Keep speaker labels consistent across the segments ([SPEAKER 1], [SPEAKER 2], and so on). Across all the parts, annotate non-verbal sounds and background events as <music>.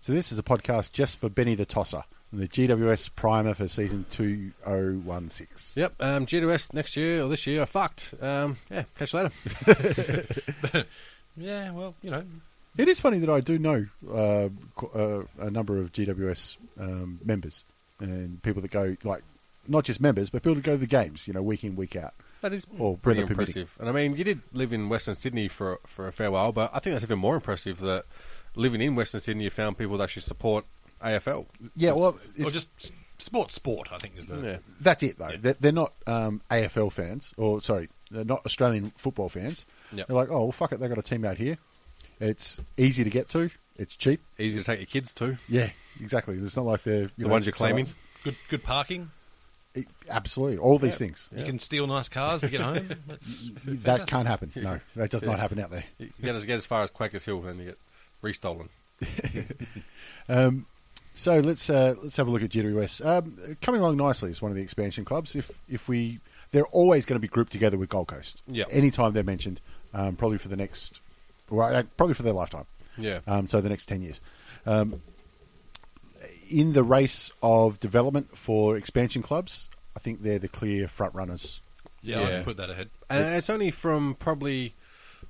[SPEAKER 1] So this is a podcast just for Benny the Tosser and the GWS primer for season 2016.
[SPEAKER 2] Yep, um, GWS next year or this year. I fucked. Um, yeah, catch you later. <laughs> yeah, well, you know,
[SPEAKER 1] It is funny that I do know uh, qu- uh, a number of GWS um, members and people that go like not just members, but people that go to the games, you know, week in week out.
[SPEAKER 2] that is
[SPEAKER 1] Or
[SPEAKER 2] pretty
[SPEAKER 1] weather permitting.
[SPEAKER 2] impressive. And I mean, you did live in Western Sydney for for a fair while, but I think that's even more impressive that living in Western Sydney, you found people that actually support AFL.
[SPEAKER 1] Yeah,
[SPEAKER 2] oh,
[SPEAKER 1] well,
[SPEAKER 3] or
[SPEAKER 1] it's,
[SPEAKER 3] just s- sport, sport. I think is the
[SPEAKER 2] Yeah.
[SPEAKER 1] that's it though. They're, they're not um, AFL fans, or sorry, they're not Australian football fans.
[SPEAKER 2] Yep.
[SPEAKER 1] They're like, oh well, fuck it, they got a team out here. It's easy to get to. It's cheap.
[SPEAKER 2] Easy to take your kids to.
[SPEAKER 1] Yeah, exactly. It's not like they're you
[SPEAKER 2] The ones you're claiming.
[SPEAKER 1] so-
[SPEAKER 3] good, good parking.
[SPEAKER 1] Absolutely, all these
[SPEAKER 2] <laughs>
[SPEAKER 1] things.
[SPEAKER 3] You can steal nice cars to get home. <laughs> That's-
[SPEAKER 1] That can't happen. No, that does not happen out there.
[SPEAKER 2] You get as, get as far as Quakers Hill, and then you get restolen.
[SPEAKER 1] So let's uh, let's have a look at GWS. Um, coming along nicely as one of the expansion clubs. If if we, they're always going to be grouped together with Gold Coast.
[SPEAKER 2] Yeah.
[SPEAKER 1] Anytime they're mentioned, um, probably for the next, well, uh, probably for their lifetime.
[SPEAKER 2] Yeah.
[SPEAKER 1] Um, so the next ten years. Um, in the race of development for expansion clubs, I think they're the clear front runners.
[SPEAKER 3] yeah, I
[SPEAKER 2] Yeah.
[SPEAKER 3] can put that ahead.
[SPEAKER 2] And it's, only from probably,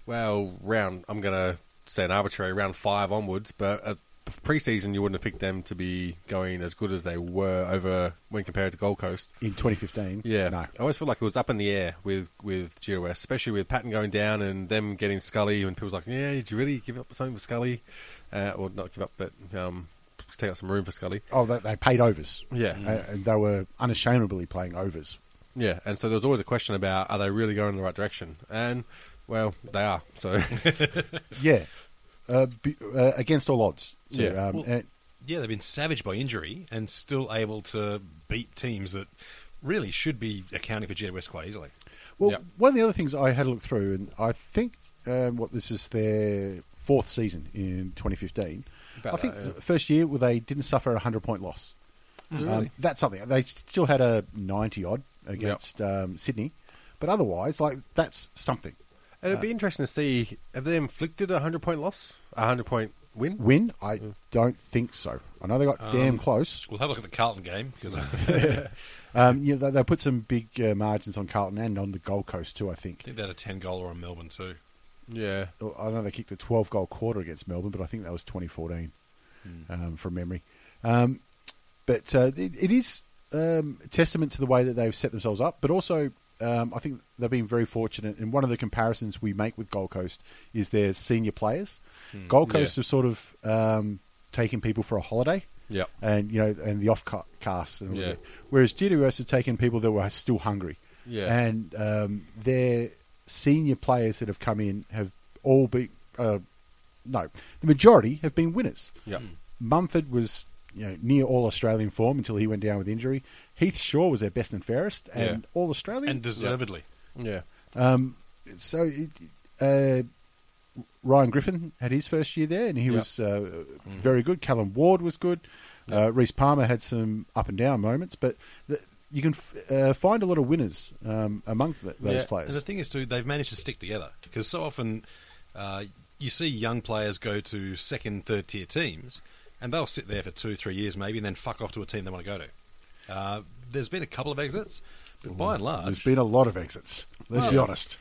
[SPEAKER 2] well, round, I'm going to say an arbitrary, round five onwards, but uh, pre season, you wouldn't have picked them to be going as good as they were over when compared to Gold Coast.
[SPEAKER 1] In 2015,
[SPEAKER 2] Yeah.
[SPEAKER 1] no,
[SPEAKER 2] I always feel like it was up in the air with, with GOS, especially with Patton going down and them getting Scully, and people's like, yeah, did you really give up something for Scully? Uh, or not give up, but um, take up some room for Scully.
[SPEAKER 1] oh, they, they paid overs,
[SPEAKER 2] Yeah.
[SPEAKER 3] Mm.
[SPEAKER 1] Uh, and they were unashamedly playing
[SPEAKER 2] <laughs>
[SPEAKER 1] overs.
[SPEAKER 2] Yeah, and so there was always a question about are they really going in the right direction? And, well, they are. So, <laughs>
[SPEAKER 1] Yeah, uh, be, uh, against all odds. So,
[SPEAKER 2] Yeah.
[SPEAKER 1] um,
[SPEAKER 3] Well-
[SPEAKER 1] and-
[SPEAKER 3] Yeah, they've been savaged by injury and still able to beat teams that really should be accounting for Jed West quite easily.
[SPEAKER 1] well,
[SPEAKER 2] Yeah.
[SPEAKER 1] one of the other things I had a look through, and I think um, what this is their fourth season in 2015.
[SPEAKER 2] About
[SPEAKER 1] I think
[SPEAKER 2] that, yeah.
[SPEAKER 1] the first year where they didn't suffer a hundred point loss. Um, that's something. They still had a 90 odd against um, Sydney, but otherwise, like that's something.
[SPEAKER 2] And
[SPEAKER 3] Uh,
[SPEAKER 2] it'd be interesting to see have they inflicted a hundred point loss, a hundred point win.
[SPEAKER 1] Win? I
[SPEAKER 2] Mm.
[SPEAKER 1] don't think so. I know they got
[SPEAKER 2] Um,
[SPEAKER 1] damn close.
[SPEAKER 3] We'll have a look at the Carlton game because I <laughs>
[SPEAKER 1] Um, you know, they, they put some big uh, margins on Carlton and on the Gold Coast too. I think.
[SPEAKER 3] think they had a ten goaler on Melbourne too.
[SPEAKER 2] Yeah,
[SPEAKER 1] Well, I know they kicked a 12 goal quarter against Melbourne, but I think that was 2014
[SPEAKER 2] Hmm.
[SPEAKER 1] um, from memory. Um, but uh, it, it is um, a testament to the way that they've set themselves up, but also um, I think they've been very fortunate. And one of the comparisons we make with Gold Coast is their senior players. Gold Coast
[SPEAKER 2] Hmm. Yeah.
[SPEAKER 1] have sort of um, taken people for a holiday.
[SPEAKER 2] Yep.
[SPEAKER 1] And you know, and the off ca- cast, and all
[SPEAKER 2] Yeah.
[SPEAKER 1] that. whereas GWS have taken people that were still hungry,
[SPEAKER 2] Yeah.
[SPEAKER 1] and um, their senior players that have come in have all been uh, no, the majority have been winners.
[SPEAKER 2] yeah,
[SPEAKER 1] Hmm. Mumford was you know near all Australian form until he went down with injury. Heath Shaw was their best and fairest and
[SPEAKER 2] Yeah.
[SPEAKER 1] all Australian.
[SPEAKER 3] And deservedly.
[SPEAKER 2] yeah.
[SPEAKER 1] so it, uh, Ryan Griffin had his first year there, and he
[SPEAKER 2] Yeah.
[SPEAKER 1] was uh, very good. Callum Ward was good. Uh, Reese Palmer had some up and down moments, but the, you can f- uh, find a lot of winners um, among th- those
[SPEAKER 2] Yeah.
[SPEAKER 1] players.
[SPEAKER 3] And the thing is, too, they've managed to stick together because so often uh, you see young players go to second, third tier teams, and they'll sit there for two, three years maybe, and then fuck off to a team they want to go to. Uh, there's been a couple of exits, but by and
[SPEAKER 1] There's
[SPEAKER 3] large,
[SPEAKER 2] Oh.
[SPEAKER 1] been a lot of exits. Let's be
[SPEAKER 3] Well-
[SPEAKER 1] honest.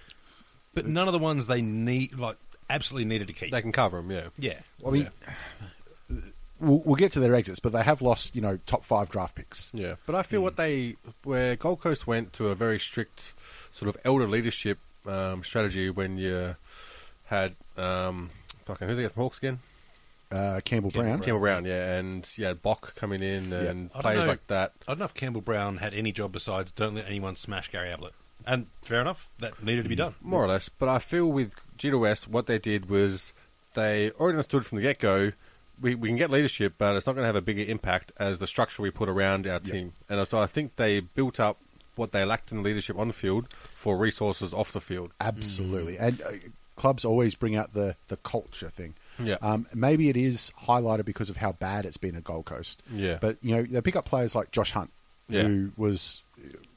[SPEAKER 3] but none of the ones they need, like absolutely needed to keep.
[SPEAKER 2] They can cover them, yeah.
[SPEAKER 3] yeah.
[SPEAKER 1] I mean, we'll, we'll get to their exits, but they have lost, you know, top five draft picks.
[SPEAKER 2] Yeah, but I feel
[SPEAKER 3] Hmm.
[SPEAKER 2] what they where Gold Coast went to a very strict sort of elder leadership um, strategy when you had um, fucking who they got from Hawks again?
[SPEAKER 1] Uh, Campbell Brown.
[SPEAKER 2] Campbell Brown, yeah, and you had Bock coming in and
[SPEAKER 3] I don't
[SPEAKER 2] players
[SPEAKER 3] know-
[SPEAKER 2] like that.
[SPEAKER 3] I don't know if Campbell Brown had any job besides don't let anyone smash Gary Ablett. And fair enough, that needed to be done.
[SPEAKER 2] more or less. But I feel with GWS, what they did was they already understood from the get go. We, we can get leadership, but it's not going to have a bigger impact as the structure we put around our team. And so I think they built up what they lacked in leadership on the field for resources off the field.
[SPEAKER 1] Mm. Absolutely. And uh, clubs always bring out the, the culture thing.
[SPEAKER 2] Yeah.
[SPEAKER 1] Um, maybe it is highlighted because of how bad it's been at Gold Coast.
[SPEAKER 2] Yeah.
[SPEAKER 1] But, you know, they pick up players like Josh Hunt,
[SPEAKER 2] Yeah.
[SPEAKER 1] who was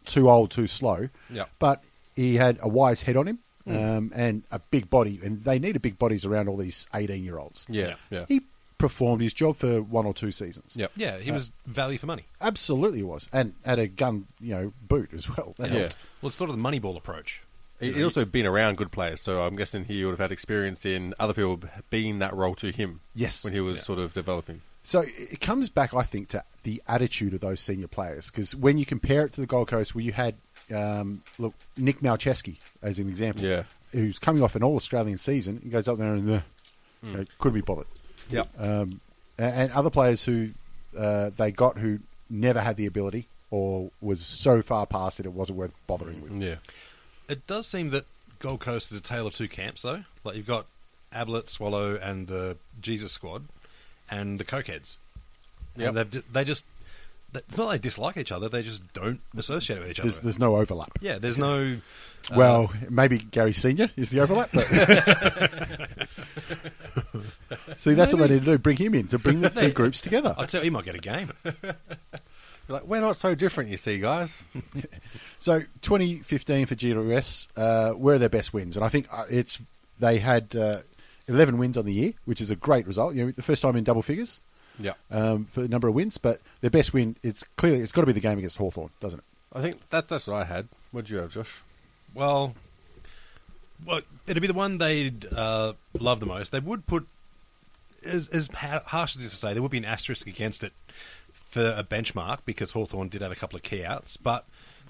[SPEAKER 1] too old, too slow.
[SPEAKER 2] Yeah. Hmm.
[SPEAKER 1] But he had a wise head on him um, and a big body. And they needed big bodies around all these 18 year olds.
[SPEAKER 2] Yeah, yeah.
[SPEAKER 1] He performed his job for one or two seasons.
[SPEAKER 2] Yep.
[SPEAKER 3] Yeah, he was value for money.
[SPEAKER 1] Absolutely was. And had a gun, you know, boot as well. <laughs> That
[SPEAKER 2] Yeah.
[SPEAKER 1] helped.
[SPEAKER 3] Well, it's sort of the Moneyball approach.
[SPEAKER 2] He- He'd also been around good players, so I'm guessing he would have had experience in other people being that role to him.
[SPEAKER 1] Yes.
[SPEAKER 2] When he was sort of developing.
[SPEAKER 1] So it comes back, I think, to the attitude of those senior players. Because when you compare it to the Gold Coast, where you had um, look Nick Malcheski as an example,
[SPEAKER 2] Yeah.
[SPEAKER 1] who's coming off an All Australian season, he goes up there and uh,
[SPEAKER 2] Hmm.
[SPEAKER 1] you know, couldn't be bothered.
[SPEAKER 2] Yeah.
[SPEAKER 1] Um, a- and other players who uh, they got who never had the ability or was so far past it, it wasn't worth bothering with.
[SPEAKER 2] yeah.
[SPEAKER 3] It does seem that Gold Coast is a tale of two camps, though. Like you've got Ablett, Swallow, and the Jesus Squad, and the Cokeheads.
[SPEAKER 2] Yep.
[SPEAKER 3] And they've ju- they just it's not they dislike each other; they just don't associate with each other.
[SPEAKER 1] There's, there's no overlap.
[SPEAKER 3] yeah, there's no.
[SPEAKER 1] Well, maybe Gary Senior is the overlap.
[SPEAKER 3] <laughs>
[SPEAKER 1] But See, that's what they need to do: bring him in to bring the two groups together.
[SPEAKER 3] I'd say he might get a game.
[SPEAKER 2] <laughs> You're like, we're not so different, you see, guys.
[SPEAKER 1] So, 2015 for GWS uh, were their best wins, and I think uh, it's they had uh, 11 wins on the year, which is a great result. You know, the first time in double figures
[SPEAKER 2] yeah.
[SPEAKER 1] um, for the number of wins, but their best win it's clearly it's got to be the game against Hawthorn, doesn't it?
[SPEAKER 2] I think that that's what I had. What'd you have, Josh?
[SPEAKER 3] Well, well, it'd be the one they'd uh, love the most. They would put, as, as ha- harsh as this to say, there would be an asterisk against it for a benchmark because Hawthorn did have a couple of key outs. But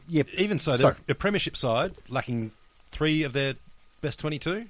[SPEAKER 1] Yep.
[SPEAKER 3] even so,
[SPEAKER 1] So-
[SPEAKER 3] they're a premiership side lacking three of their best 22.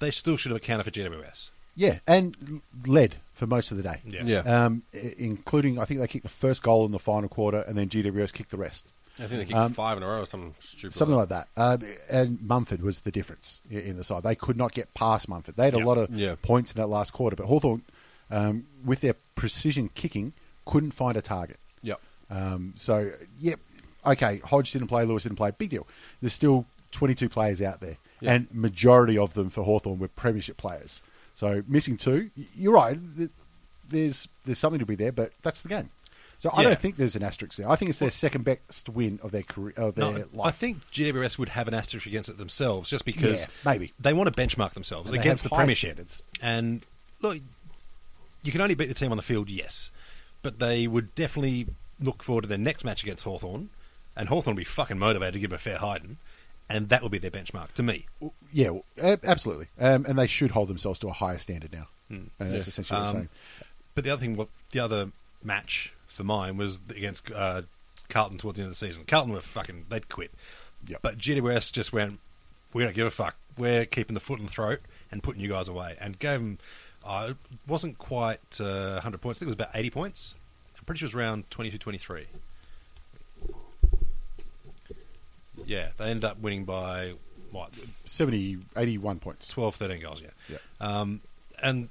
[SPEAKER 3] They still should have accounted for GWS.
[SPEAKER 1] Yeah, and led for most of the day.
[SPEAKER 3] Yeah.
[SPEAKER 2] Yeah.
[SPEAKER 1] Um, i- including I think they kicked the first goal in the final quarter, and then GWS kicked the rest.
[SPEAKER 2] I think they kicked five in a row or something stupid.
[SPEAKER 1] Something like that. Um, and Mumford was the difference i- in the side. They could not get past Mumford. They had a
[SPEAKER 3] Yeah.
[SPEAKER 1] lot of
[SPEAKER 2] Yeah.
[SPEAKER 1] points in that last quarter, but Hawthorn, um, with their precision kicking, couldn't find a target.
[SPEAKER 2] Yep.
[SPEAKER 1] Um, so, yep, okay, Hodge didn't play, Lewis didn't play, big deal. There's still 22 players out there,
[SPEAKER 2] Yeah.
[SPEAKER 1] and majority of them for Hawthorn were premiership players. So, missing two, y- you're right, th- there's, there's something to be there, but that's the game. So I
[SPEAKER 3] Yeah.
[SPEAKER 1] don't think there's an asterisk there. I think it's their second best win of their career of their
[SPEAKER 3] No,
[SPEAKER 1] life.
[SPEAKER 3] I think GWS would have an asterisk against it themselves, just because
[SPEAKER 1] Yeah, maybe.
[SPEAKER 3] they want to benchmark themselves
[SPEAKER 1] And they
[SPEAKER 3] against the
[SPEAKER 1] have high
[SPEAKER 3] Premiership.
[SPEAKER 1] standards.
[SPEAKER 3] And look, you can only beat the team on the field, yes, but they would definitely look forward to their next match against Hawthorn, and Hawthorn will be fucking motivated to give them a fair hiding, and that will be their benchmark to me.
[SPEAKER 1] Yeah, well, a- absolutely. Um, and they should hold themselves to a higher standard now.
[SPEAKER 3] Hmm,
[SPEAKER 1] And that's essentially
[SPEAKER 3] Um,
[SPEAKER 1] what I'm saying.
[SPEAKER 3] But the other thing, what the other match for mine was against uh, Carlton towards the end of the season. Carlton were fucking, they'd quit.
[SPEAKER 1] Yep.
[SPEAKER 3] But GWS just went, we don't give a fuck. We're keeping the foot in the throat and putting you guys away. And gave them, uh, it wasn't quite uh, 100 points. I think it was about 80 points. I'm pretty sure it was around 22 23. Yeah, they end up winning by, what,
[SPEAKER 1] 70, 81 points.
[SPEAKER 3] 12, 13 goals, yeah.
[SPEAKER 1] Yeah.
[SPEAKER 3] Um, and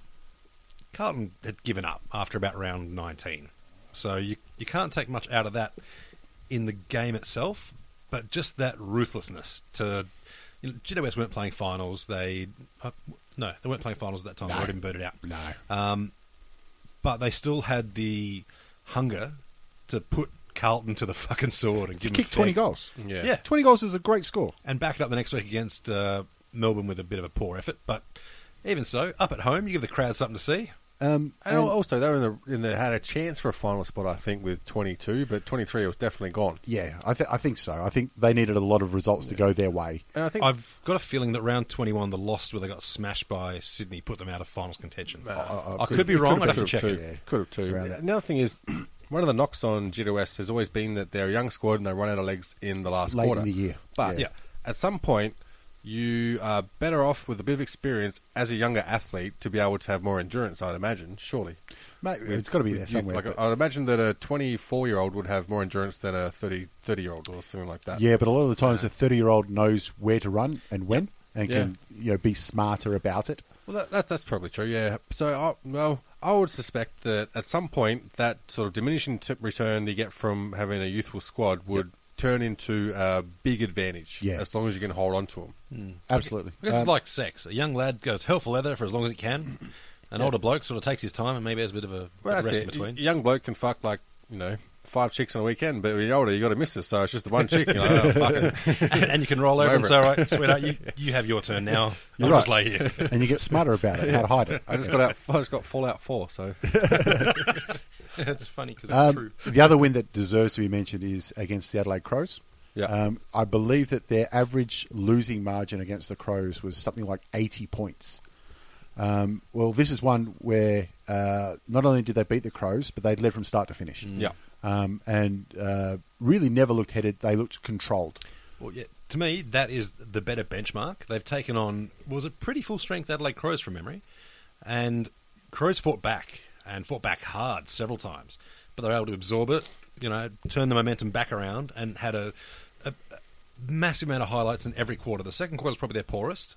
[SPEAKER 3] Carlton had given up after about round 19. So you, you can't take much out of that in the game itself, but just that ruthlessness to. You know, GWS weren't playing finals. They. Uh, no, they weren't playing finals at that time. They
[SPEAKER 1] No.
[SPEAKER 3] were been booted out.
[SPEAKER 1] No.
[SPEAKER 3] Um, but they still had the hunger to put Carlton to the <laughs> fucking sword and
[SPEAKER 1] To
[SPEAKER 3] give
[SPEAKER 1] kick
[SPEAKER 3] them
[SPEAKER 1] 20 goals.
[SPEAKER 2] Yeah.
[SPEAKER 3] Yeah.
[SPEAKER 1] 20 goals is a great score.
[SPEAKER 3] and backed up the next week against uh, Melbourne with a bit of a poor effort. But even so, up at home, you give the crowd something to see.
[SPEAKER 1] Um, and-
[SPEAKER 2] And also, they were in the, in the had a chance for a final spot, I think, with 22, but 23 was definitely gone.
[SPEAKER 1] yeah, I, th- I think so. I think they needed a lot of results to go their way.
[SPEAKER 2] And I think
[SPEAKER 3] I've got a feeling that round 21, the loss where they got smashed by Sydney, put them out of finals contention. I, could, be wrong. I'd have to check
[SPEAKER 2] Could
[SPEAKER 3] it.
[SPEAKER 2] have too. Could have too.
[SPEAKER 1] Around that.
[SPEAKER 2] Another thing is, <clears throat> one of the knocks on Jita West has always been that they're a young squad and they run out of legs in the last
[SPEAKER 1] Late in
[SPEAKER 2] quarter.
[SPEAKER 1] the year.
[SPEAKER 2] But
[SPEAKER 3] Yeah.
[SPEAKER 2] at some point, you are better off with a bit of experience as a younger athlete to be able to have more endurance, I'd imagine, surely.
[SPEAKER 1] Mate,
[SPEAKER 2] With-
[SPEAKER 1] it's got to be
[SPEAKER 2] with
[SPEAKER 1] there
[SPEAKER 2] youth.
[SPEAKER 1] somewhere.
[SPEAKER 2] Like,
[SPEAKER 1] but-
[SPEAKER 2] I'd imagine that a 24 year old would have more endurance than a 30, 30 year old or something like that.
[SPEAKER 1] yeah, but a lot of the times a 30 year old knows where to run and when and
[SPEAKER 2] Yeah.
[SPEAKER 1] can you know be smarter about it.
[SPEAKER 2] Well, that, that, that's probably true. Yeah. So, I, well, I would suspect that at some point, that sort of diminishing tip return you get from having a youthful squad would turn into a big advantage.
[SPEAKER 1] Yeah.
[SPEAKER 2] As long as you can hold on to them.
[SPEAKER 1] Absolutely.
[SPEAKER 3] I guess
[SPEAKER 1] Um,
[SPEAKER 3] it's like sex. A young lad goes hell for leather for as long as he can. An older bloke sort of takes his time and maybe has a bit of a
[SPEAKER 2] Well, that's
[SPEAKER 3] rest in
[SPEAKER 2] it.
[SPEAKER 3] between.
[SPEAKER 2] A young bloke can fuck like you know five chicks on a weekend, but when you're older, you got to miss it. So it's just the one chick. You're like, <laughs> oh, fuck it.
[SPEAKER 3] and, <laughs> and you can roll over
[SPEAKER 2] Over
[SPEAKER 3] and say, all right,
[SPEAKER 1] <laughs>
[SPEAKER 3] sweetheart, you, you have your turn now.
[SPEAKER 1] You're
[SPEAKER 3] I'll just
[SPEAKER 1] right.
[SPEAKER 3] lay here. <laughs>
[SPEAKER 1] and you get smarter about it, how to
[SPEAKER 2] <laughs>
[SPEAKER 1] hide it.
[SPEAKER 2] I just got out. I just got Fallout Four. So
[SPEAKER 3] it's funny because it's
[SPEAKER 1] Um,
[SPEAKER 3] true.
[SPEAKER 1] the other win that deserves to be mentioned is against the Adelaide Crows.
[SPEAKER 2] Yeah.
[SPEAKER 1] Um, I believe that their average losing margin against the Crows was something like 80 points. Um, well, this is one where uh, not only did they beat the Crows, but they led from start to finish.
[SPEAKER 2] Yeah.
[SPEAKER 1] Um, and uh, really never looked headed. They looked controlled.
[SPEAKER 3] Well, yeah, to me, that is the better benchmark. They've taken on was it pretty full strength Adelaide Crows from memory, and Crows fought back and fought back hard several times, but they were able to absorb it. You know, turn the momentum back around and had a, a, a massive amount of highlights in every quarter. The second quarter was probably their poorest,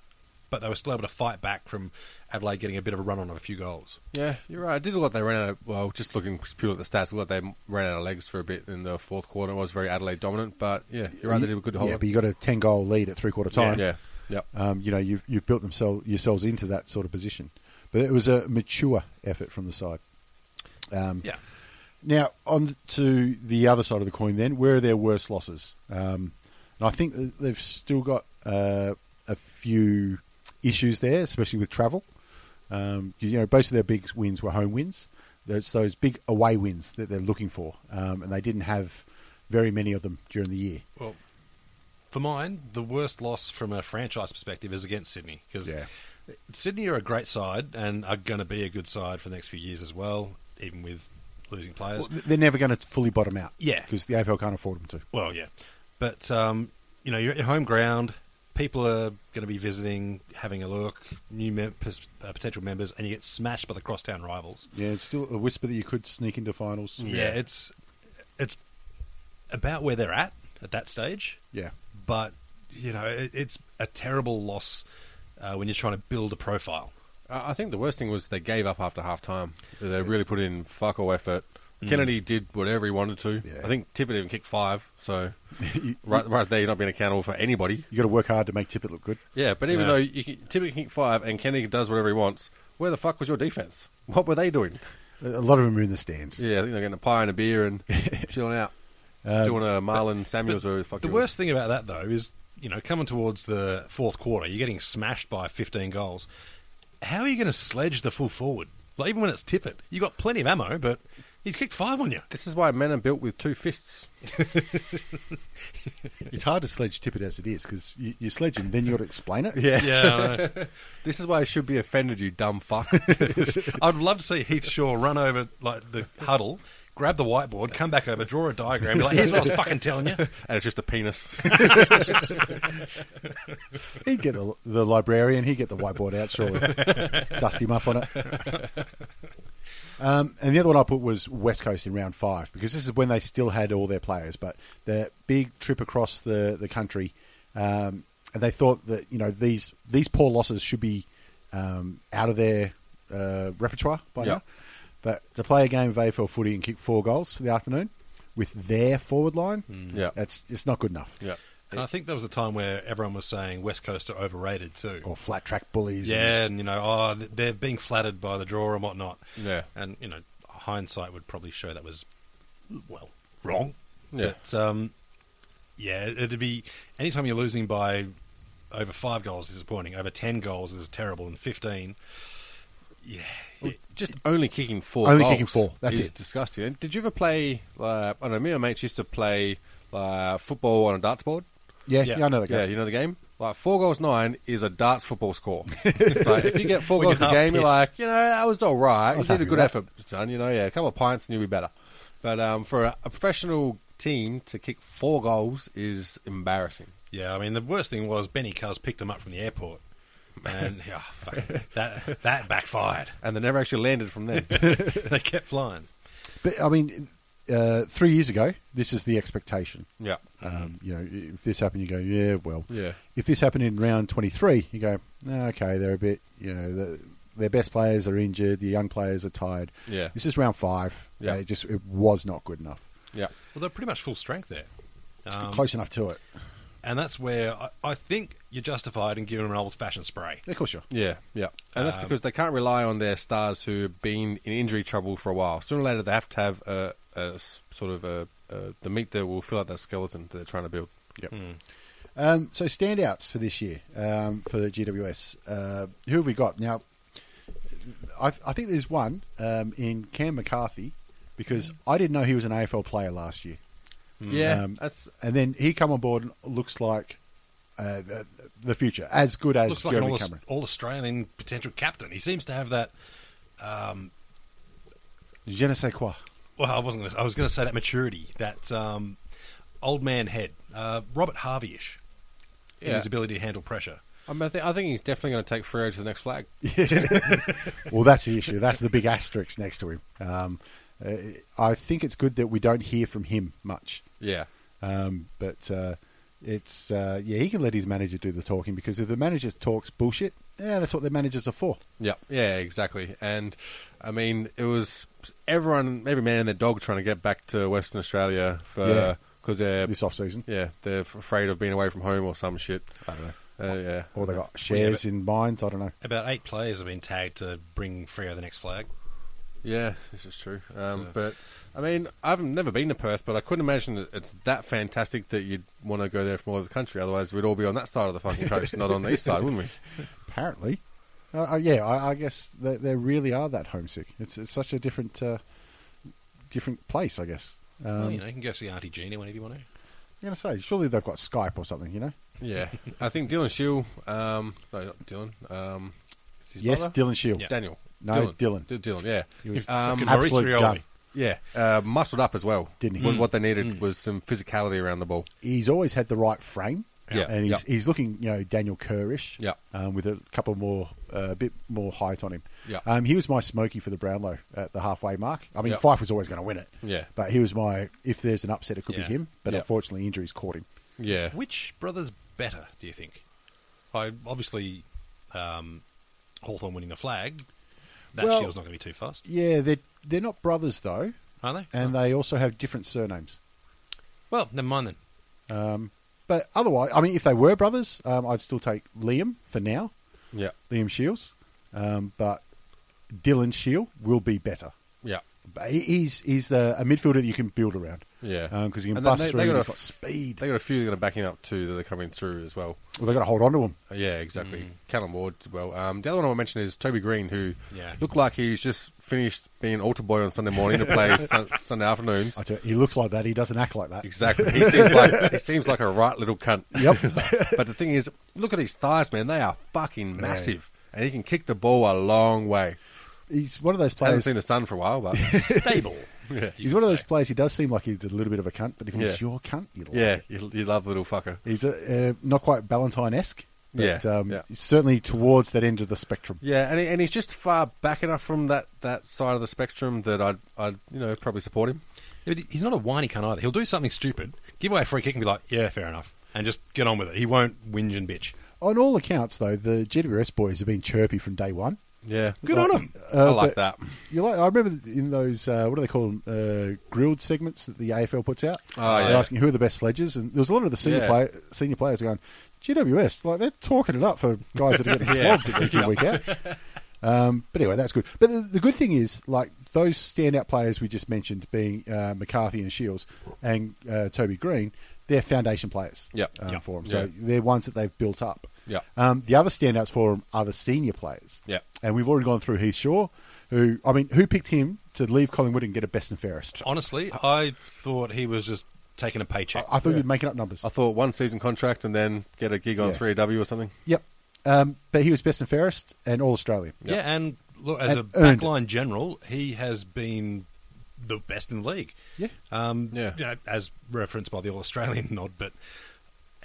[SPEAKER 3] but they were still able to fight back from Adelaide getting a bit of a run on of a few goals.
[SPEAKER 2] yeah, you're right. I did look like they ran out. Of, well, just looking purely at the stats, it looked like they ran out of legs for a bit in the fourth quarter. It was very Adelaide dominant, but yeah, you're right. They did a good hold.
[SPEAKER 1] Yeah,
[SPEAKER 2] on.
[SPEAKER 1] but you got a 10 goal lead at three quarter time.
[SPEAKER 2] yeah, yeah.
[SPEAKER 1] Um, you know, you've, you've built themselves, yourselves into that sort of position. But it was a mature effort from the side. Um,
[SPEAKER 3] Yeah.
[SPEAKER 1] Now, on to the other side of the coin, then, where are their worst losses? Um, and I think that they've still got uh, a few issues there, especially with travel. Um, you know, both of their big wins were home wins. It's those big away wins that they're looking for, um, and they didn't have very many of them during the year.
[SPEAKER 3] Well, for mine, the worst loss from a franchise perspective is against Sydney because
[SPEAKER 1] Yeah.
[SPEAKER 3] Sydney are a great side and are going to be a good side for the next few years as well, even with losing players.
[SPEAKER 1] Well, they're never going to fully bottom out,
[SPEAKER 3] Yeah.
[SPEAKER 1] because the AFL can't afford them to.
[SPEAKER 3] Well, yeah, but um, you know, you're at your home ground. People are going to be visiting, having a look, new mem- pos- uh, potential members, and you get smashed by the crosstown rivals.
[SPEAKER 1] Yeah, it's still a whisper that you could sneak into finals.
[SPEAKER 3] yeah it's it's about where they're at at that stage.
[SPEAKER 1] yeah.
[SPEAKER 3] but you know it, it's a terrible loss uh, when you're trying to build a profile.
[SPEAKER 2] I I think the worst thing was they gave up after half time. They really put in fuck all effort. Kennedy did whatever he wanted to.
[SPEAKER 1] Mm. Yeah.
[SPEAKER 2] I think Tippett even kicked five.
[SPEAKER 1] <laughs>
[SPEAKER 2] So right, right there, you're not being accountable for anybody.
[SPEAKER 1] You got to work hard to make Tippett look good.
[SPEAKER 2] Yeah, but even
[SPEAKER 3] Yeah.
[SPEAKER 2] though you can, Tippett can kick five and Kennedy does whatever he wants, where the fuck was your defense? What were they doing?
[SPEAKER 1] A a lot of them are in the stands.
[SPEAKER 2] Yeah, I think they're getting a pie and a beer <laughs> and chilling out, doing a Marlon Samuels or whatever Uh, the fuck.
[SPEAKER 3] The
[SPEAKER 2] he was.
[SPEAKER 3] worst thing about that though is you know coming towards the fourth quarter, you're getting smashed by 15 goals. How are you going to sledge the full forward? Like even when it's Tippett, you got plenty of ammo, but he's kicked five on you.
[SPEAKER 2] This is why men are built with two fists.
[SPEAKER 1] It's hard to sledge Tippett as it is because you, you sledge him, then you got to explain it.
[SPEAKER 3] Yeah,
[SPEAKER 2] This is why I should be offended, you dumb <laughs> fuck.
[SPEAKER 3] I'd love to see Heath Shaw run over like the huddle, grab the whiteboard, come back over, draw a diagram, be like, "Here's what I was fucking telling you."
[SPEAKER 2] <laughs> and it's just a penis.
[SPEAKER 1] He'd get the, the librarian, he'd get the whiteboard out,
[SPEAKER 2] <laughs>
[SPEAKER 1] surely. Dust him up on it. Um, and the other one I put was West Coast in round five because this is when they still had all their players, but their big trip across the, the country. Um, and they thought that, you know, these, these poor losses should be um, out of their uh, repertoire by
[SPEAKER 2] Yeah.
[SPEAKER 1] now. But to play a game of AFL footy and kick four goals for the afternoon with their forward line,
[SPEAKER 2] Yeah.
[SPEAKER 1] that's it's not good enough.
[SPEAKER 2] yeah.
[SPEAKER 3] And I think there was a time where everyone was saying West Coast are overrated too.
[SPEAKER 2] Oh,
[SPEAKER 1] Or flat track bullies. and-
[SPEAKER 3] Yeah, and you know, oh, th- they're being flattered by the draw and whatnot.
[SPEAKER 2] Yeah.
[SPEAKER 3] and you know, hindsight would probably show that was well wrong.
[SPEAKER 2] Yeah.
[SPEAKER 3] But um, yeah, it'd be anytime you're losing by over five goals, is disappointing. Over ten goals is terrible, and fifteen, yeah,
[SPEAKER 2] just only kicking four.
[SPEAKER 1] Only
[SPEAKER 2] goals
[SPEAKER 1] kicking four, that's
[SPEAKER 2] is
[SPEAKER 1] it.
[SPEAKER 2] Disgusting. And Did you ever play? Uh, I know me and mates used to play uh, football on a darts board.
[SPEAKER 1] Yeah, yeah,
[SPEAKER 3] Yeah.
[SPEAKER 1] I know that
[SPEAKER 2] Yeah,
[SPEAKER 1] guy.
[SPEAKER 2] you know the game. Like four goals nine is a darts football score. <laughs> it's like if you get four
[SPEAKER 3] When
[SPEAKER 2] goals in
[SPEAKER 3] you're
[SPEAKER 2] a
[SPEAKER 3] half
[SPEAKER 2] game, you're
[SPEAKER 3] pissed.
[SPEAKER 2] like, you know, that was all right.
[SPEAKER 1] was
[SPEAKER 2] You did
[SPEAKER 1] happy
[SPEAKER 2] a
[SPEAKER 1] with
[SPEAKER 2] good
[SPEAKER 1] that.
[SPEAKER 2] effort, son. You know, yeah, a couple of pints and you'll be better. But um, for a, a professional team to kick four goals is embarrassing.
[SPEAKER 3] Yeah, I mean the worst thing was Benny Cuz picked him up from the airport, and <laughs> oh, fuck, that that backfired. <laughs>
[SPEAKER 2] And they never actually landed from there.
[SPEAKER 3] they kept flying.
[SPEAKER 1] But I mean, uh, three years ago, this is the expectation.
[SPEAKER 2] yeah.
[SPEAKER 1] Um, you know, if this happened, you go, yeah, well.
[SPEAKER 2] Mm-hmm. Yeah.
[SPEAKER 1] If this happened in round 23, you go, "Ah, okay, they're a bit, you know, the, their best players are injured, the young players are tired.
[SPEAKER 2] Yeah.
[SPEAKER 1] This is round five.
[SPEAKER 2] Yeah.
[SPEAKER 1] Uh, It just it was not good enough.
[SPEAKER 2] Yeah.
[SPEAKER 3] Well, they're pretty much full strength there. Um,
[SPEAKER 1] Close enough to it.
[SPEAKER 3] and that's where I, I think you're justified in giving them an old-fashioned spray.
[SPEAKER 1] Of course, you're.
[SPEAKER 2] Yeah, yeah. And
[SPEAKER 3] Um,
[SPEAKER 2] that's because they can't rely on their stars who have been in injury trouble for a while. Sooner or later, they have to have a, a s- sort of a, a, the meat that will fill out that skeleton that they're trying to build.
[SPEAKER 1] Yep.
[SPEAKER 3] Hmm.
[SPEAKER 1] Um, so standouts for this year um, for the GWS. Uh, who have we got now? I, I think there's one um, in Cam McCarthy
[SPEAKER 2] Mm.
[SPEAKER 1] because I didn't know he was an AFL player last year,
[SPEAKER 2] Yeah,
[SPEAKER 1] Um,
[SPEAKER 2] that's
[SPEAKER 1] and then he come on board and looks like uh, the, the future, as good as
[SPEAKER 3] Looks like an
[SPEAKER 1] Jeremy
[SPEAKER 3] all,
[SPEAKER 1] Cameron.
[SPEAKER 3] all Australian potential captain. He seems to have that.
[SPEAKER 1] Je ne sais quoi.
[SPEAKER 3] Well, I wasn't. Gonna, I was going to say that maturity, that um, old man head, uh, Robert Harvey-ish, in
[SPEAKER 2] Yeah.
[SPEAKER 3] his ability to handle pressure.
[SPEAKER 2] I, mean, I, think, I think he's definitely going to take Freo to the
[SPEAKER 1] <laughs>
[SPEAKER 2] next flag.
[SPEAKER 1] Well, that's the issue. That's the big asterisk next to him. Um, uh, I think it's good that we don't hear from him much.
[SPEAKER 2] Yeah.
[SPEAKER 1] Um, but uh, it's uh, yeah, he can let his manager do the talking because if the manager talks bullshit, yeah, that's what their managers are for.
[SPEAKER 2] Yeah, yeah, exactly. And I mean, it was everyone, every man and their dog trying to get back to Western Australia
[SPEAKER 1] Yeah.
[SPEAKER 2] for because they're
[SPEAKER 1] This off season,
[SPEAKER 2] yeah they're f- afraid of being away from home or some shit.
[SPEAKER 1] I don't know.
[SPEAKER 2] Uh, yeah,
[SPEAKER 1] Or they got shares in mines. I don't know.
[SPEAKER 3] About eight players have been tagged to bring Freo the next flag.
[SPEAKER 2] yeah, this is true. Um,
[SPEAKER 3] So-
[SPEAKER 2] But I mean, I've never been to Perth, but I couldn't imagine that it's that fantastic that you'd want to go there from all over the country. Otherwise, we'd all be on that side of the fucking coast, not on the east
[SPEAKER 1] <laughs>
[SPEAKER 2] side, wouldn't we?
[SPEAKER 1] Apparently, uh, uh, yeah, I, I guess they, they really are that homesick. It's, it's such a different, uh, different place. I guess. Um,
[SPEAKER 3] well, you know, you can go see Auntie Jeannie whenever you want to.
[SPEAKER 1] I'm gonna say, surely they've got Skype or something. You know.
[SPEAKER 2] Yeah, I think Dylan Shield. Um, no, not Dylan. Um, is his
[SPEAKER 1] Yes,
[SPEAKER 2] brother?
[SPEAKER 1] Dylan Shield.
[SPEAKER 3] Yeah.
[SPEAKER 2] Daniel.
[SPEAKER 1] No, Dylan.
[SPEAKER 2] D- Dylan, yeah.
[SPEAKER 1] He was
[SPEAKER 2] um,
[SPEAKER 3] Fucking
[SPEAKER 1] absolute
[SPEAKER 3] Maurice Rioli.
[SPEAKER 1] gun.
[SPEAKER 2] yeah, uh, muscled up as well.
[SPEAKER 1] Didn't he? Mm.
[SPEAKER 2] What, what they needed was some physicality around the ball.
[SPEAKER 1] He's always had the right frame.
[SPEAKER 2] Yeah.
[SPEAKER 1] and he's,
[SPEAKER 2] Yeah.
[SPEAKER 1] he's looking, you know, Daniel Kerrish,
[SPEAKER 2] Yeah.
[SPEAKER 1] um, with a couple more, uh, a bit more height on him.
[SPEAKER 2] Yeah.
[SPEAKER 1] Um, he was my Smoky for the Brownlow at the halfway mark. I mean,
[SPEAKER 2] Yeah.
[SPEAKER 1] Fife was always going to win it.
[SPEAKER 2] Yeah.
[SPEAKER 1] but he was my. If there's an upset, it could
[SPEAKER 3] Yeah.
[SPEAKER 1] be him. But
[SPEAKER 2] Yeah.
[SPEAKER 1] unfortunately, injuries caught him.
[SPEAKER 2] Yeah.
[SPEAKER 3] Which brother's better, do you think? I obviously um, Hawthorne winning the flag. That
[SPEAKER 1] Well-
[SPEAKER 3] shield's not going to be too fast,
[SPEAKER 1] Yeah, they're they're not brothers though,
[SPEAKER 3] are they?
[SPEAKER 2] Oh.
[SPEAKER 1] and they also have different surnames.
[SPEAKER 3] well, never mind then.
[SPEAKER 1] <laughs> But otherwise, I mean, if they were brothers, um, I'd still take Liam for now,
[SPEAKER 2] Yeah.
[SPEAKER 1] Liam Shields. Um, but Dylan Shield will be better.
[SPEAKER 2] Yeah.
[SPEAKER 1] But he- he's he's the, a midfielder that you can build around.
[SPEAKER 2] Yeah.
[SPEAKER 1] because he can
[SPEAKER 2] And then
[SPEAKER 1] bust
[SPEAKER 2] they-
[SPEAKER 1] through.
[SPEAKER 2] they
[SPEAKER 1] and
[SPEAKER 2] got
[SPEAKER 1] he's
[SPEAKER 2] a
[SPEAKER 1] got
[SPEAKER 2] f-
[SPEAKER 1] speed.
[SPEAKER 2] They got a few that are backing up too that are coming through as well.
[SPEAKER 1] well, they got to hold on to him.
[SPEAKER 2] Uh, Yeah, exactly. Callum Ward. did Well, um, the other one I want to mention is Toby Green, who
[SPEAKER 3] Yeah.
[SPEAKER 2] looked like he's just finished being altar boy on Sunday morning to <laughs> play sun, Sunday afternoons.
[SPEAKER 1] I tell you, he looks like that. He doesn't act like that.
[SPEAKER 2] Exactly. He
[SPEAKER 1] <laughs>
[SPEAKER 2] seems like he seems like a right little cunt.
[SPEAKER 1] Yep.
[SPEAKER 2] <laughs> but the thing is, look at his thighs, man. They are fucking massive, and he can kick the ball a long way.
[SPEAKER 1] He's one of those
[SPEAKER 2] I haven't
[SPEAKER 1] players.
[SPEAKER 2] seen the sun for a while, but <laughs>
[SPEAKER 3] Stable. yeah,
[SPEAKER 1] He's one of those players. He does seem like he's a little bit of a cunt, but if he's
[SPEAKER 2] Yeah.
[SPEAKER 1] your cunt, you like
[SPEAKER 2] yeah,
[SPEAKER 1] it.
[SPEAKER 2] you, you love little fucker.
[SPEAKER 1] He's a, uh, not quite Ballantyne esque, but
[SPEAKER 2] Yeah,
[SPEAKER 1] um,
[SPEAKER 2] yeah.
[SPEAKER 1] certainly towards that end of the spectrum.
[SPEAKER 2] Yeah, and, he, and he's just far back enough from that, that side of the spectrum that I'd, I'd you know probably support him.
[SPEAKER 3] but he- he's not a whiny cunt either. He'll do something stupid, give away a free kick, and be like, "Yeah, fair enough," and just get on with it. He won't whinge and bitch.
[SPEAKER 1] On all accounts, though, the GWS boys have been chirpy from day one.
[SPEAKER 2] Yeah,
[SPEAKER 3] Good on him.
[SPEAKER 2] I
[SPEAKER 1] Uh,
[SPEAKER 2] like
[SPEAKER 1] but-
[SPEAKER 2] that.
[SPEAKER 1] You like? I remember in those uh, what do they call them? Uh, grilled segments that the AFL puts out.
[SPEAKER 2] Oh,
[SPEAKER 1] They're
[SPEAKER 2] yeah.
[SPEAKER 1] asking who are the best sledges, and there was a lot of the senior
[SPEAKER 2] Yeah.
[SPEAKER 1] play, senior players going GWS. Like they're talking it up for guys that are getting
[SPEAKER 2] <laughs> Yeah.
[SPEAKER 1] flogged week in week out. Um, but anyway, that's good. But the, the good thing is, like those standout players we just mentioned, being uh, McCarthy and Shields and uh, Toby Green, they're foundation players.
[SPEAKER 2] Yep.
[SPEAKER 1] Um,
[SPEAKER 2] Yep.
[SPEAKER 1] for them.
[SPEAKER 2] Yeah.
[SPEAKER 1] So they're ones that they've built up.
[SPEAKER 2] Yep.
[SPEAKER 1] Um, the other standouts for them are the senior players.
[SPEAKER 2] Yep.
[SPEAKER 1] And we've already gone through Heath Shaw, who I mean, who picked him to leave Collingwood and get a best and fairest?
[SPEAKER 3] Honestly, I thought he was just taking a
[SPEAKER 1] I,
[SPEAKER 3] paycheck.
[SPEAKER 1] I thought you'd making up numbers.
[SPEAKER 2] I thought one season contract and then get a gig on
[SPEAKER 1] Yeah.
[SPEAKER 2] 3AW or something.
[SPEAKER 1] yep, um, but he was best and fairest and all Australian.
[SPEAKER 3] yeah. and look, as
[SPEAKER 1] And
[SPEAKER 3] a
[SPEAKER 1] earned it.
[SPEAKER 3] backline general, he has been the best in the league.
[SPEAKER 1] Yeah.
[SPEAKER 3] Um,
[SPEAKER 2] Yeah.
[SPEAKER 3] you know, as referenced by the All Australian <laughs> nod, but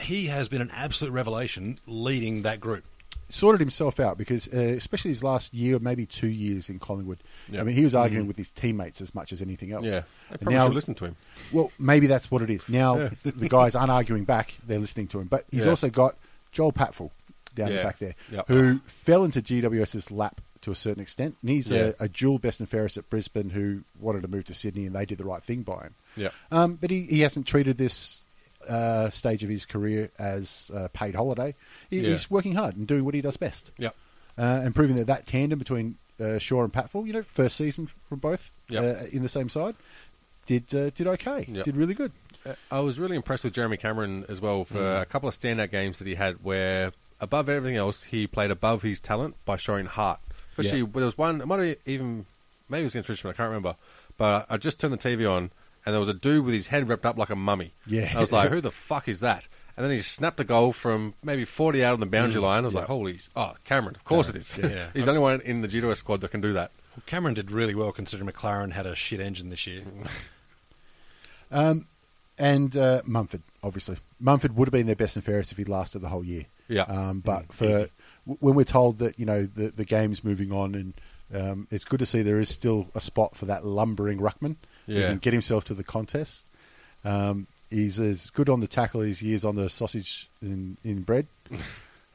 [SPEAKER 3] he has been an absolute revelation leading that group.
[SPEAKER 1] sorted himself out because, uh, especially his last year, maybe two years in Collingwood.
[SPEAKER 2] Yeah. Mm-hmm.
[SPEAKER 1] I mean, he was arguing with his teammates as much as anything else.
[SPEAKER 2] Yeah, I
[SPEAKER 1] And
[SPEAKER 2] probably
[SPEAKER 1] now-
[SPEAKER 2] should listen to him.
[SPEAKER 1] Well, maybe that's what it is. Now the guys aren't arguing back; they're listening to him. But he's
[SPEAKER 2] Yeah.
[SPEAKER 1] also got Joel Patfull down the
[SPEAKER 2] Yeah.
[SPEAKER 1] back there,
[SPEAKER 2] Yep.
[SPEAKER 1] who fell into GWS's lap to a certain extent, and he's
[SPEAKER 2] Yeah.
[SPEAKER 1] a, a dual best and fairest at Brisbane who wanted to move to Sydney, and they did the right thing by him.
[SPEAKER 2] Yeah.
[SPEAKER 1] Um, but he, he hasn't treated this uh, stage of his career as a paid holiday. He,
[SPEAKER 2] Yeah.
[SPEAKER 1] He's working hard and doing what he does best
[SPEAKER 2] Yeah,
[SPEAKER 1] uh, and proving that that tandem between uh, Shaw and Patfull, you know, first season from both
[SPEAKER 2] Yep.
[SPEAKER 1] uh, in the same side, did uh, did okay,
[SPEAKER 2] Yep.
[SPEAKER 1] did really good.
[SPEAKER 2] I was really impressed with Jeremy Cameron as well for
[SPEAKER 1] Mm.
[SPEAKER 2] a couple of standout games that he had where, above everything else, he played above his talent by showing heart. Especially, there was one, it might have even, maybe it was against Richmond, I can't remember, but I just turned the TV on and there was a dude with his head wrapped up like a mummy.
[SPEAKER 1] Yeah.
[SPEAKER 2] I was like,
[SPEAKER 1] <laughs>
[SPEAKER 2] who the fuck is that? And then he snapped a goal from maybe 40 out on the
[SPEAKER 1] Mm.
[SPEAKER 2] boundary line. I was like, holy, oh, Cameron, of course it is.
[SPEAKER 3] yeah.
[SPEAKER 2] <laughs> He's the only one in the judo squad that can do that.
[SPEAKER 3] Well, Cameron did really well considering McLaren had a shit engine this year.
[SPEAKER 1] And uh, Mumford, obviously, Mumford would have been their best and fairest if he'd lasted the whole year.
[SPEAKER 2] Yeah. Mm,
[SPEAKER 1] um, but for
[SPEAKER 3] easy.
[SPEAKER 1] w- when we're told that you know the the game's moving on, and um, it's good to see there is still a spot for that lumbering ruckman who
[SPEAKER 2] Yeah.
[SPEAKER 1] can get himself to the contest. Um, he's as good on the tackle as he is on the sausage in, in bread.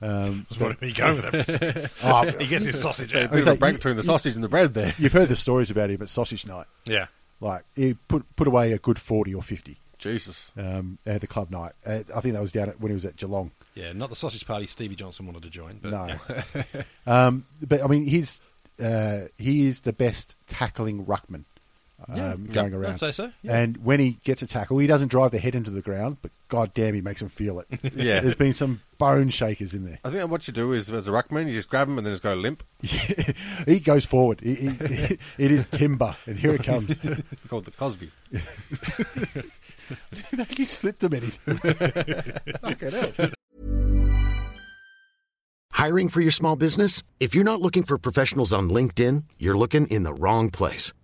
[SPEAKER 1] Um,
[SPEAKER 3] Where are you going with that?
[SPEAKER 1] oh,
[SPEAKER 3] he gets his sausage
[SPEAKER 2] A
[SPEAKER 3] out.
[SPEAKER 2] bit of a
[SPEAKER 1] like,
[SPEAKER 2] break
[SPEAKER 1] you-
[SPEAKER 2] between the sausage and the
[SPEAKER 1] <laughs>
[SPEAKER 2] bread there.
[SPEAKER 1] You've heard the stories about him at sausage night.
[SPEAKER 3] Yeah.
[SPEAKER 1] Like he put put away a good forty or fifty
[SPEAKER 2] Jesus.
[SPEAKER 1] um, at the club night. Uh, I think that was down at, when he was at Geelong.
[SPEAKER 3] Yeah, not the sausage party Stevie Johnson wanted to join. But <laughs>
[SPEAKER 1] No.
[SPEAKER 3] yeah.
[SPEAKER 1] Um, but I mean, he's uh, he is the best tackling ruckman um, going
[SPEAKER 3] I'd
[SPEAKER 1] around.
[SPEAKER 3] say so, yeah.
[SPEAKER 1] And when he gets a tackle, he doesn't drive the head into the ground, but god damn, he makes him feel
[SPEAKER 3] <laughs>
[SPEAKER 1] it.
[SPEAKER 2] Yeah.
[SPEAKER 1] there's been some bone shakers in there. <laughs>
[SPEAKER 2] I think what you do is, as a ruckman, you just grab him and then just go limp.
[SPEAKER 1] He goes forward. He, he, <laughs> it is timber, and here it comes. <laughs>
[SPEAKER 2] It's called the <laughs> Cosby.
[SPEAKER 1] he slipped him anything. Fucking hell.
[SPEAKER 4] Hiring for your small business? If you're not looking for professionals on LinkedIn, you're looking in the wrong place.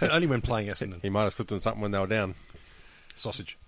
[SPEAKER 3] Only when playing Essendon.
[SPEAKER 2] He might have slipped on something when they were down. Uh,
[SPEAKER 3] Sausage.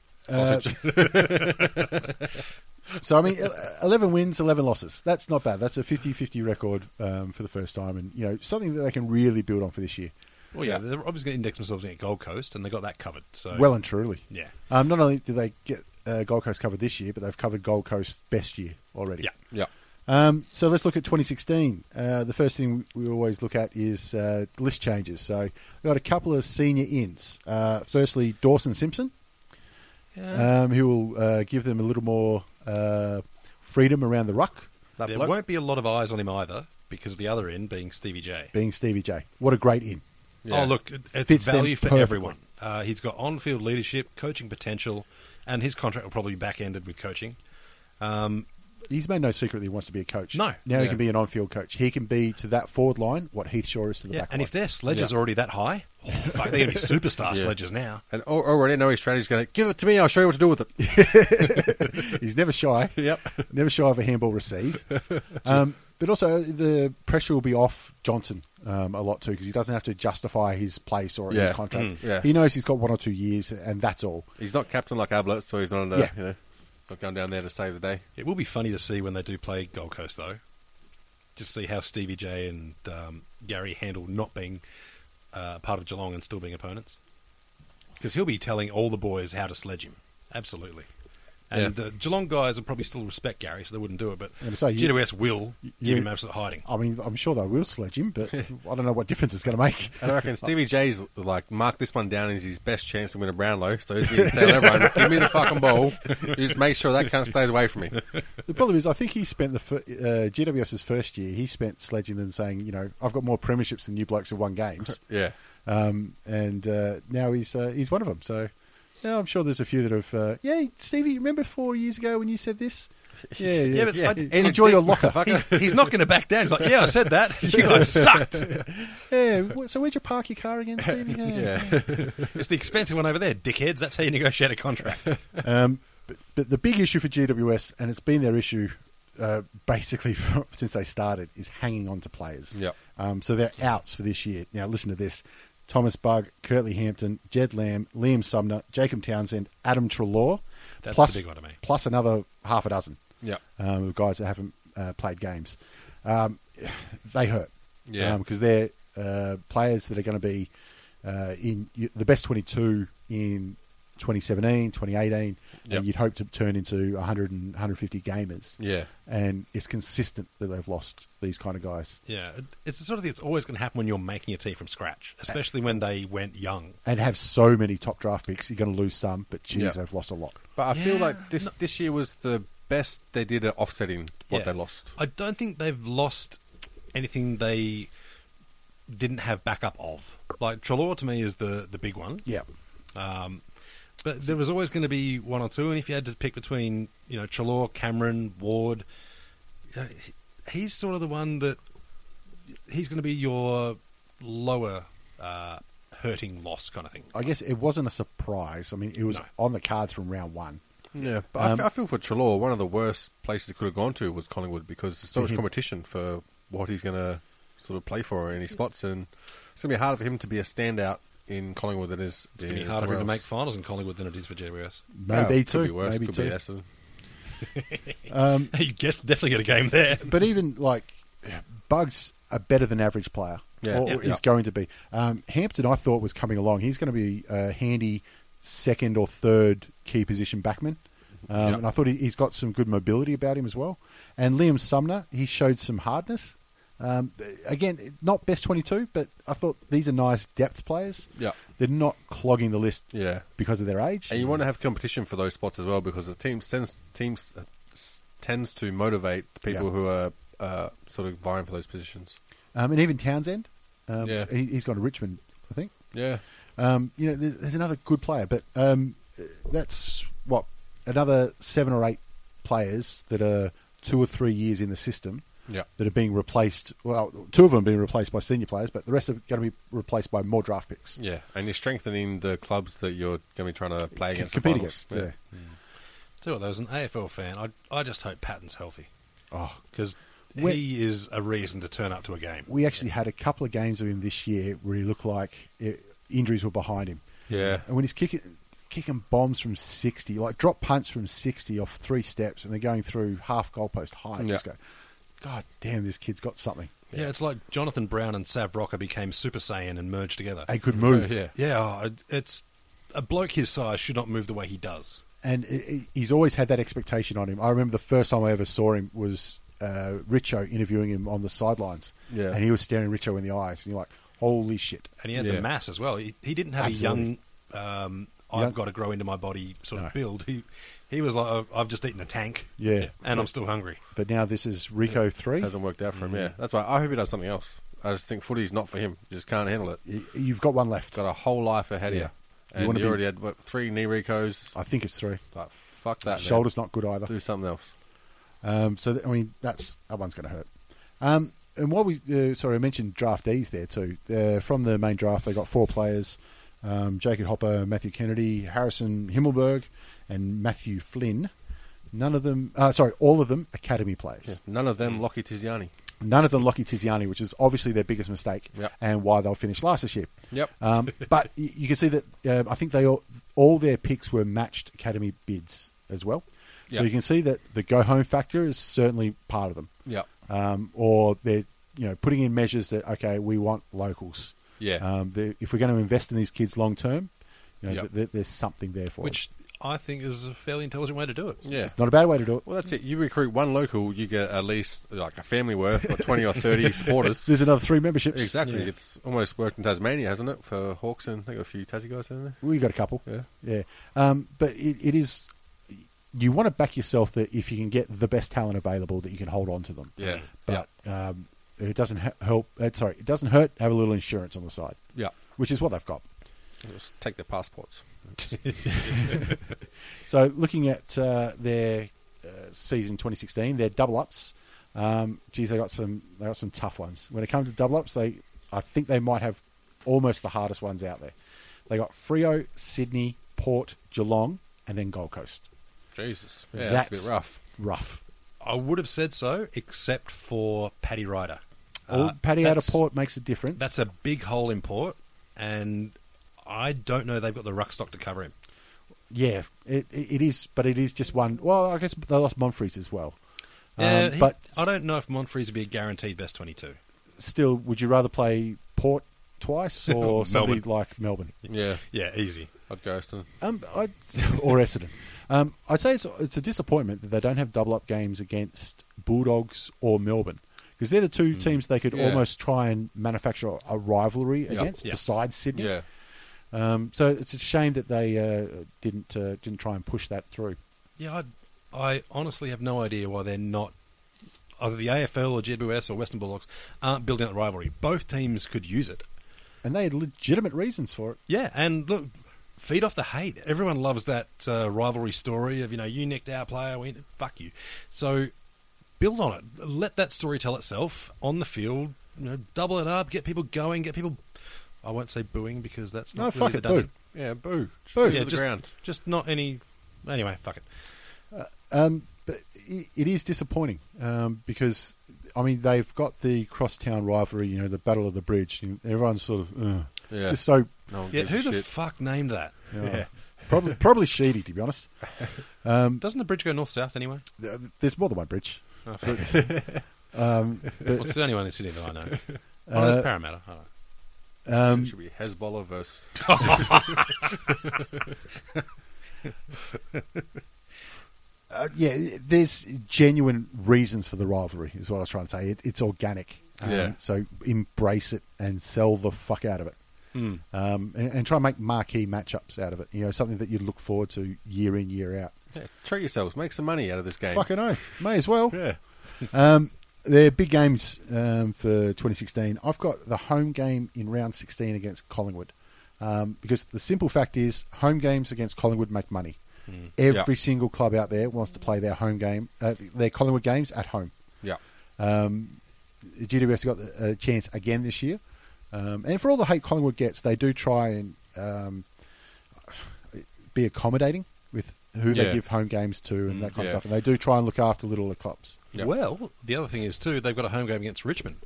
[SPEAKER 1] So, I mean, el- 11 wins, 11 losses. That's not bad. That's a 50 50 record um, for the first time, and, you know, something that they can really build on for this year.
[SPEAKER 3] Well, yeah, they're obviously going to index themselves against Gold Coast, and they got that covered. So
[SPEAKER 1] Well and truly.
[SPEAKER 3] Oh, Yeah.
[SPEAKER 1] Um, not only do they get uh, Gold Coast covered this year, but they've covered Gold Coast best year already.
[SPEAKER 3] Yeah.
[SPEAKER 2] <laughs> Yeah.
[SPEAKER 1] Um, so let's look at 2016. Uh, the first thing we always look at is uh, list changes. So we've got a couple of senior ins. Uh, firstly, Dawson Simpson, um, who will uh, give them a little more uh, freedom around the ruck,
[SPEAKER 2] That
[SPEAKER 3] there
[SPEAKER 2] bloke-
[SPEAKER 3] won't be a lot of eyes on him either because of the other end being Stevie J.
[SPEAKER 1] being Stevie J. What a great in.
[SPEAKER 2] Yeah.
[SPEAKER 3] Oh, look, it- it's
[SPEAKER 1] Fits them
[SPEAKER 3] value for
[SPEAKER 1] perfectly.
[SPEAKER 3] everyone. Uh, he's got on field leadership, coaching potential, and his contract will probably be back ended with coaching.
[SPEAKER 1] He's made no secret that he wants to be a coach.
[SPEAKER 3] No.
[SPEAKER 1] Now he
[SPEAKER 2] Yeah.
[SPEAKER 1] can be an on field coach. He can be to that forward line what Heath Shaw is to the
[SPEAKER 3] Yeah,
[SPEAKER 1] back
[SPEAKER 3] and
[SPEAKER 1] line.
[SPEAKER 3] if their sledges
[SPEAKER 2] Yeah.
[SPEAKER 3] are already that high, oh, fuck, they're going
[SPEAKER 2] <laughs>
[SPEAKER 3] to be superstar
[SPEAKER 2] Yeah.
[SPEAKER 3] sledges now.
[SPEAKER 2] And al- already I know his strategy's going to give it to me. I'll show you what to do with it.
[SPEAKER 1] He's never shy.
[SPEAKER 2] <laughs> Yep.
[SPEAKER 1] Never shy of a handball receive. Um, But also, the pressure will be off Johnson um, a lot too because he doesn't have to justify his place or his
[SPEAKER 2] Yeah.
[SPEAKER 1] contract.
[SPEAKER 2] Mm, yeah.
[SPEAKER 1] He knows he's got one or two years, and that's all.
[SPEAKER 2] He's not captain like Ablett, so he's not on a,
[SPEAKER 1] Yeah.
[SPEAKER 2] you know not going down there to save the day.
[SPEAKER 3] It will be funny to see when they do play Gold Coast, though. Just see how Stevie J and um, Gary handle not being uh, part of Geelong and still being opponents. Because he'll be telling all the boys how to sledge him. Absolutely. And the Geelong guys will probably still respect Gary, so they wouldn't do it. But
[SPEAKER 1] And so you-
[SPEAKER 3] GWS will
[SPEAKER 1] you-
[SPEAKER 3] give him absolute hiding.
[SPEAKER 1] I mean, I'm sure they will sledge him, but I don't know what difference it's going to make.
[SPEAKER 2] And I <laughs> reckon Stevie J's like, mark this one down as his best chance to win a Brownlow. So he's going to <laughs> tell everyone, give me the fucking ball. You Just make sure that cunt stays away from me.
[SPEAKER 1] The problem is, I think he spent the fir- uh, GWS's first year. He spent sledging them, saying, "You know, I've got more premierships than you blokes have won
[SPEAKER 3] <laughs>
[SPEAKER 1] games,"
[SPEAKER 2] <laughs> Yeah.
[SPEAKER 1] um, and uh, now he's uh, he's one of them. So, yeah, I'm sure there's a few that have. Uh, yeah, Stevie, remember four years ago when you said
[SPEAKER 3] <laughs>
[SPEAKER 1] this? Yeah, yeah.
[SPEAKER 3] Yeah, but I-
[SPEAKER 1] enjoy your locker.
[SPEAKER 2] Fucker.
[SPEAKER 3] <laughs> He's not going to back down. He's like, yeah, I said that. <laughs> You
[SPEAKER 1] <laughs>
[SPEAKER 3] guys sucked.
[SPEAKER 1] yeah. wh- So where'd you park your car again,
[SPEAKER 3] <laughs>
[SPEAKER 1] Stevie? Yeah.
[SPEAKER 3] It's the expensive one over there, dickheads. That's how you negotiate a contract.
[SPEAKER 1] Um, but, but the big issue for GWS, and it's been their issue uh, basically <laughs> since they started, is hanging on to players.
[SPEAKER 2] Yep.
[SPEAKER 1] Um, so they're outs for this year. Now, listen to this Thomas Bug, Curtly Hampton, Jed Lamb, Liam Sumner, Jacob Townsend, Adam Trelaw.
[SPEAKER 3] That's the big one to me.
[SPEAKER 1] Plus another half a dozen
[SPEAKER 2] Yep.
[SPEAKER 1] um, of guys that haven't uh, played games. Um, <sighs> they hurt. Um,
[SPEAKER 2] Yeah.
[SPEAKER 1] Because they're uh, players that are going to be uh, in y- the best 22 in 2017, 2018,
[SPEAKER 2] Yep.
[SPEAKER 1] and you'd hope to turn into 100 and 150 gamers.
[SPEAKER 2] Yeah.
[SPEAKER 1] And it's consistent that they've lost these kind of guys.
[SPEAKER 3] Yeah, it- it's the sort of thing that's always going to happen when you're making a team from scratch, especially when they went young.
[SPEAKER 1] And have so many top draft picks, you're going to lose some, but geez,
[SPEAKER 2] Yep.
[SPEAKER 1] they've lost a lot.
[SPEAKER 2] But I feel
[SPEAKER 3] Yeah.
[SPEAKER 2] like this, this year was the best they did at offsetting what
[SPEAKER 3] Yeah.
[SPEAKER 2] they lost.
[SPEAKER 3] I don't think they've lost anything they didn't have backup of. Like Trelaw to me is the the big one.
[SPEAKER 1] Yeah.
[SPEAKER 3] Um, but there was always going to be one or two, and if you had to pick between you know Trelaw, Cameron, Ward, you know, he- he's sort of the one that he's going to be your lower uh, hurting loss kind of thing.
[SPEAKER 1] I guess it wasn't a surprise. I mean, it was
[SPEAKER 3] No.
[SPEAKER 1] on the cards from round one.
[SPEAKER 2] Yeah, but
[SPEAKER 1] Um,
[SPEAKER 2] I f- I, feel for Trelaw, one of the worst places he could have gone to was Collingwood because there's so
[SPEAKER 1] Mhm.
[SPEAKER 2] much competition for what he's going to sort of play for in his
[SPEAKER 3] Mm.
[SPEAKER 2] spots, and it's going to be harder for him to be a standout in Collingwood than it is.
[SPEAKER 3] It's going to be harder for him to make finals in Collingwood than it is for GWS.
[SPEAKER 1] Maybe two.
[SPEAKER 2] Could be worse.
[SPEAKER 1] Maybe
[SPEAKER 2] could
[SPEAKER 1] two.
[SPEAKER 2] be Essendon.
[SPEAKER 3] <laughs> you get, definitely get a game there.
[SPEAKER 1] but even like Bugs a better than average player,
[SPEAKER 2] Yeah.
[SPEAKER 1] or
[SPEAKER 2] Yeah.
[SPEAKER 1] is
[SPEAKER 2] Yeah.
[SPEAKER 1] going to be. Um, Hampton, I thought was coming along. He's going to be a handy second or third key position backman, um,
[SPEAKER 2] Yeah.
[SPEAKER 1] and I thought he, he's got some good mobility about him as well. And Liam Sumner, he showed some hardness. Um, again, not best twenty-two, but I thought these are nice depth players.
[SPEAKER 2] Yeah.
[SPEAKER 1] they're not clogging the list
[SPEAKER 2] Yeah,
[SPEAKER 1] because of their age.
[SPEAKER 2] and you want to have competition for those spots as well because the team tends teams uh, s- tends to motivate the people
[SPEAKER 1] Yeah.
[SPEAKER 2] who are uh, sort of vying for those positions.
[SPEAKER 1] um, and even Townsend, um,
[SPEAKER 2] Yeah.
[SPEAKER 1] he, he's gone to Richmond, I think.
[SPEAKER 2] Yeah,
[SPEAKER 1] Um, you know, there's, there's another good player, but um, that's what another seven or eight players that are two or three years in the system
[SPEAKER 2] yeah,
[SPEAKER 1] that are being replaced. Well, two of them are being replaced by senior players, but the rest are going to be replaced by more draft picks.
[SPEAKER 2] yeah. And you're strengthening the clubs that you're going to be trying to play
[SPEAKER 1] Can
[SPEAKER 2] against,
[SPEAKER 1] compete
[SPEAKER 2] the finals.
[SPEAKER 1] against. Yeah.
[SPEAKER 3] Tell you what, though, as an AFL fan, I, I just hope Patton's healthy
[SPEAKER 1] Oh,
[SPEAKER 3] because
[SPEAKER 1] When-
[SPEAKER 3] he is a reason to turn up to a game.
[SPEAKER 1] we actually had a couple of games of him this year where he looked like it, injuries were behind him.
[SPEAKER 2] Yeah.
[SPEAKER 1] and when he's kicking kicking bombs from 60 like drop punts from 60 off three steps and they're going through half goalpost high and
[SPEAKER 2] Yeah.
[SPEAKER 1] just go god damn this kid's got something
[SPEAKER 3] Yeah. it's like Jonathan Brown and Sav Rocker became Super Saiyan and merged together.
[SPEAKER 1] a good move
[SPEAKER 2] Uh, Yeah.
[SPEAKER 3] yeah, oh, it- it's a bloke his size should not move the way he does.
[SPEAKER 1] and i- i- he's always had that expectation on him i remember the first time i ever saw him was uh, richo interviewing him on the sidelines
[SPEAKER 2] Yeah.
[SPEAKER 1] and he was staring richo in the eyes and you're like holy shit
[SPEAKER 3] And he had
[SPEAKER 2] Yeah.
[SPEAKER 3] the mass as well. He, he didn't have
[SPEAKER 1] Absolutely.
[SPEAKER 3] a young, um,
[SPEAKER 1] Yeah.
[SPEAKER 3] I've got to grow into my body sort of build. He, he was like, "I've- I've just eaten a tank.
[SPEAKER 1] Yeah.
[SPEAKER 3] And I'm still hungry.
[SPEAKER 1] but now this is rico 3
[SPEAKER 2] hasn't worked out for him. Yeah,
[SPEAKER 1] Mm-hmm.
[SPEAKER 2] that's why I hope he does something else. I just think footy's not for him. You just can't handle it. He's
[SPEAKER 1] Y- you've got one left
[SPEAKER 2] got a whole life ahead
[SPEAKER 1] Yeah.
[SPEAKER 2] of
[SPEAKER 1] You
[SPEAKER 2] you, and
[SPEAKER 1] wanna
[SPEAKER 2] you,
[SPEAKER 1] be-
[SPEAKER 2] already had what, three knee recos.
[SPEAKER 1] i think it's three
[SPEAKER 2] Like fuck that. man.
[SPEAKER 1] shoulder's not good either
[SPEAKER 2] Do something else.
[SPEAKER 1] Um, so th- I mean, that's that one's going to hurt. Um, and while we uh, sorry, I mentioned draftees there too. Uh, from the main draft, they got four players: um, Jacob Hopper, Matthew Kennedy, Harrison Himmelberg, and Matthew Flynn. None of them, uh, sorry, all of them academy players.
[SPEAKER 2] None of them, Lockie Tiziani.
[SPEAKER 1] None of them Lucky Tiziani, which is obviously their biggest mistake
[SPEAKER 2] Yep.
[SPEAKER 1] and why they'll finish last this year.
[SPEAKER 2] Yep. <laughs>
[SPEAKER 1] Um, but y- you can see that um, I think they all, all their picks were matched academy bids as well. So
[SPEAKER 2] Yep.
[SPEAKER 1] you can see that the go home factor is certainly part of them.
[SPEAKER 2] Yep.
[SPEAKER 1] Um, or they're you know putting in measures that okay we want locals.
[SPEAKER 2] Yeah.
[SPEAKER 1] Um, they- if we're going to invest in these kids long term, you know,
[SPEAKER 2] Yep.
[SPEAKER 1] th- th- there's something there for
[SPEAKER 3] which I think is a fairly intelligent way to do it.
[SPEAKER 2] Yeah.
[SPEAKER 1] them. Not a bad way to do it.
[SPEAKER 2] Well, that's it. You recruit one local, you get at least like a family worth or 20
[SPEAKER 1] <laughs>
[SPEAKER 2] or 30 supporters.
[SPEAKER 1] There's another three memberships.
[SPEAKER 2] Exactly. It's almost worked in Tasmania, hasn't it? For Hawks and they got a few Tassie guys in there.
[SPEAKER 1] We got a couple.
[SPEAKER 2] Yeah.
[SPEAKER 1] Yeah. Um, but it, it is, you want to back yourself that if you can get the best talent available, that you can hold on to them.
[SPEAKER 2] Yeah.
[SPEAKER 1] But um, it doesn't he- help. Uh, sorry, it doesn't hurt. to Have a little insurance on the side,
[SPEAKER 2] Yeah.
[SPEAKER 1] which is what they've got.
[SPEAKER 2] Just take their passports.
[SPEAKER 1] So looking at uh, their uh, season 2016, their double ups. Um, geez, they got some. They got some tough ones. When it comes to double ups, they I think they might have almost the hardest ones out there. They got Frio, Sydney, Port, Geelong, and then Gold Coast.
[SPEAKER 2] Jesus. Yeah, that's, a bit rough.
[SPEAKER 1] Rough.
[SPEAKER 3] I would have said so, except for Paddy Ryder.
[SPEAKER 1] All
[SPEAKER 3] Uh,
[SPEAKER 1] Paddy out of
[SPEAKER 3] that's-
[SPEAKER 1] port makes a difference.
[SPEAKER 3] That's a big hole in port, and I don't know they've got the ruck stock to cover him.
[SPEAKER 1] yeah. It, it it is, but it is just one. Well, I guess they lost Monfries as well. Um,
[SPEAKER 3] Yeah, he-
[SPEAKER 1] but
[SPEAKER 3] I don't know if Montfries would be a guaranteed best twenty-two.
[SPEAKER 1] still, would you rather play Port
[SPEAKER 3] <laughs>
[SPEAKER 1] twice or somebody
[SPEAKER 3] Melbourne.
[SPEAKER 1] like Melbourne?
[SPEAKER 2] Yeah.
[SPEAKER 3] Yeah, easy.
[SPEAKER 2] I'd go Aston.
[SPEAKER 1] Um, I'd, or Essendon. Um, I'd say it's, it's a disappointment that they don't have double up games against Bulldogs or Melbourne because they're the
[SPEAKER 3] Mm.
[SPEAKER 1] two teams they could
[SPEAKER 2] Yeah.
[SPEAKER 1] almost try and manufacture a rivalry against
[SPEAKER 3] yeah.
[SPEAKER 1] besides Sydney.
[SPEAKER 2] Yeah.
[SPEAKER 1] Um, so it's a shame that they uh, didn't uh, didn't try and push that through.
[SPEAKER 3] Yeah, I, I honestly have no idea why they're not either the AFL or GWS or Western Bulldogs aren't building that rivalry. Both teams could use it.
[SPEAKER 1] And they had legitimate reasons for it.
[SPEAKER 3] Yeah, and look, feed off the hate. Everyone loves that uh, rivalry story of you know you nicked our player, we fuck you. So build on it. Let that story tell itself on the field. You know, double it up. Get people going. Get people. I won't say booing because that's
[SPEAKER 1] No,
[SPEAKER 3] not
[SPEAKER 1] fuck
[SPEAKER 3] really
[SPEAKER 1] it,
[SPEAKER 3] that does
[SPEAKER 1] boo.
[SPEAKER 2] Yeah, boo. Just
[SPEAKER 1] Boo.
[SPEAKER 2] boo.
[SPEAKER 3] Yeah,
[SPEAKER 2] to the
[SPEAKER 3] just,
[SPEAKER 2] ground.
[SPEAKER 3] just not any. Anyway, fuck it.
[SPEAKER 1] Um, but i- it is disappointing um, because I mean they've got the crosstown rivalry, you know, the Battle of the Bridge. And everyone's sort of uh,
[SPEAKER 2] Yeah.
[SPEAKER 1] just so
[SPEAKER 2] No one
[SPEAKER 3] Yeah,
[SPEAKER 2] gives
[SPEAKER 3] who
[SPEAKER 2] a
[SPEAKER 3] the
[SPEAKER 2] shit.
[SPEAKER 3] fuck named that?
[SPEAKER 1] yeah. probably probably shady to be honest. Um,
[SPEAKER 3] Doesn't the bridge go north south anyway?
[SPEAKER 1] There- There's more than one bridge.
[SPEAKER 3] Well, it's the only one in Sydney that
[SPEAKER 1] <laughs>
[SPEAKER 3] I know. Oh,
[SPEAKER 1] uh,
[SPEAKER 3] that's Parramatta. I don't know.
[SPEAKER 2] it should be Hezbollah versus.
[SPEAKER 1] Uh, yeah, there's genuine reasons for the rivalry, is what I was trying to say. It, it's organic. Um,
[SPEAKER 2] Yeah.
[SPEAKER 1] So embrace it and sell the fuck out of it.
[SPEAKER 2] Hmm.
[SPEAKER 1] Um, and, and try and make marquee matchups out of it. You know, something that you'd look forward to year in, year out.
[SPEAKER 2] Yeah, treat yourselves. Make some money out of this game.
[SPEAKER 1] Fucking oath. May as well.
[SPEAKER 2] Yeah.
[SPEAKER 1] Um, they're big games um, for 2016. I've got the home game in round 16 against Collingwood um, because the simple fact is home games against Collingwood make money. Every
[SPEAKER 2] Hmm. Yeah.
[SPEAKER 1] single club out there wants to play their home game, uh, their Collingwood games at home.
[SPEAKER 2] Yeah.
[SPEAKER 1] Um, GWS got the- a chance again this year, um, and for all the hate Collingwood gets, they do try and um, be accommodating with who they
[SPEAKER 2] Yeah.
[SPEAKER 1] give home games to and that kind of
[SPEAKER 2] yeah.
[SPEAKER 1] stuff. And they do try and look after littler clubs.
[SPEAKER 2] Yeah.
[SPEAKER 3] Well, the other thing is too, they've got a home game against Richmond,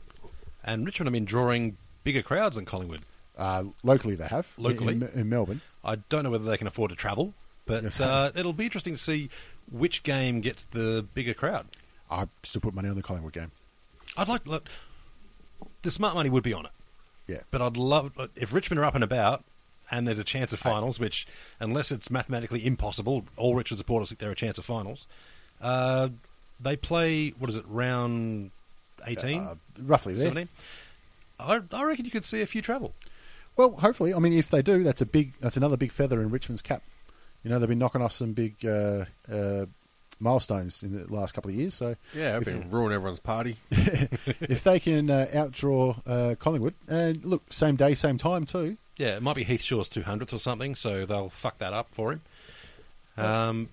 [SPEAKER 3] and Richmond have been drawing bigger crowds than Collingwood.
[SPEAKER 1] Uh, locally, they have in-
[SPEAKER 3] Locally?
[SPEAKER 1] in, in Melbourne.
[SPEAKER 3] I don't know whether they can afford to travel, but uh, it'll be interesting to see which game gets the bigger crowd.
[SPEAKER 1] I still put money on the Collingwood game.
[SPEAKER 3] I'd like look, the smart money would be on it,
[SPEAKER 1] Yeah,
[SPEAKER 3] but I'd love look, if Richmond are up and about. And there's a chance of finals, which, unless it's mathematically impossible, all Richmond supporters think they're a chance of finals. Uh, they play, what is it, round 18?
[SPEAKER 1] uh, roughly there.
[SPEAKER 3] 17. I, I reckon you could see a few travel.
[SPEAKER 1] Well, hopefully, I mean, if they do, that's a big, that's another big feather in Richmond's cap. You know, they've been knocking off some big uh, uh, milestones in the last couple of years. So,
[SPEAKER 2] Yeah, it'd be ruin everyone's party.
[SPEAKER 1] if they can uh, outdraw uh, Collingwood, and look, same day, same time too.
[SPEAKER 3] Yeah, it might be Heath Shaw's 200th or something, so they'll fuck that up for him. Um,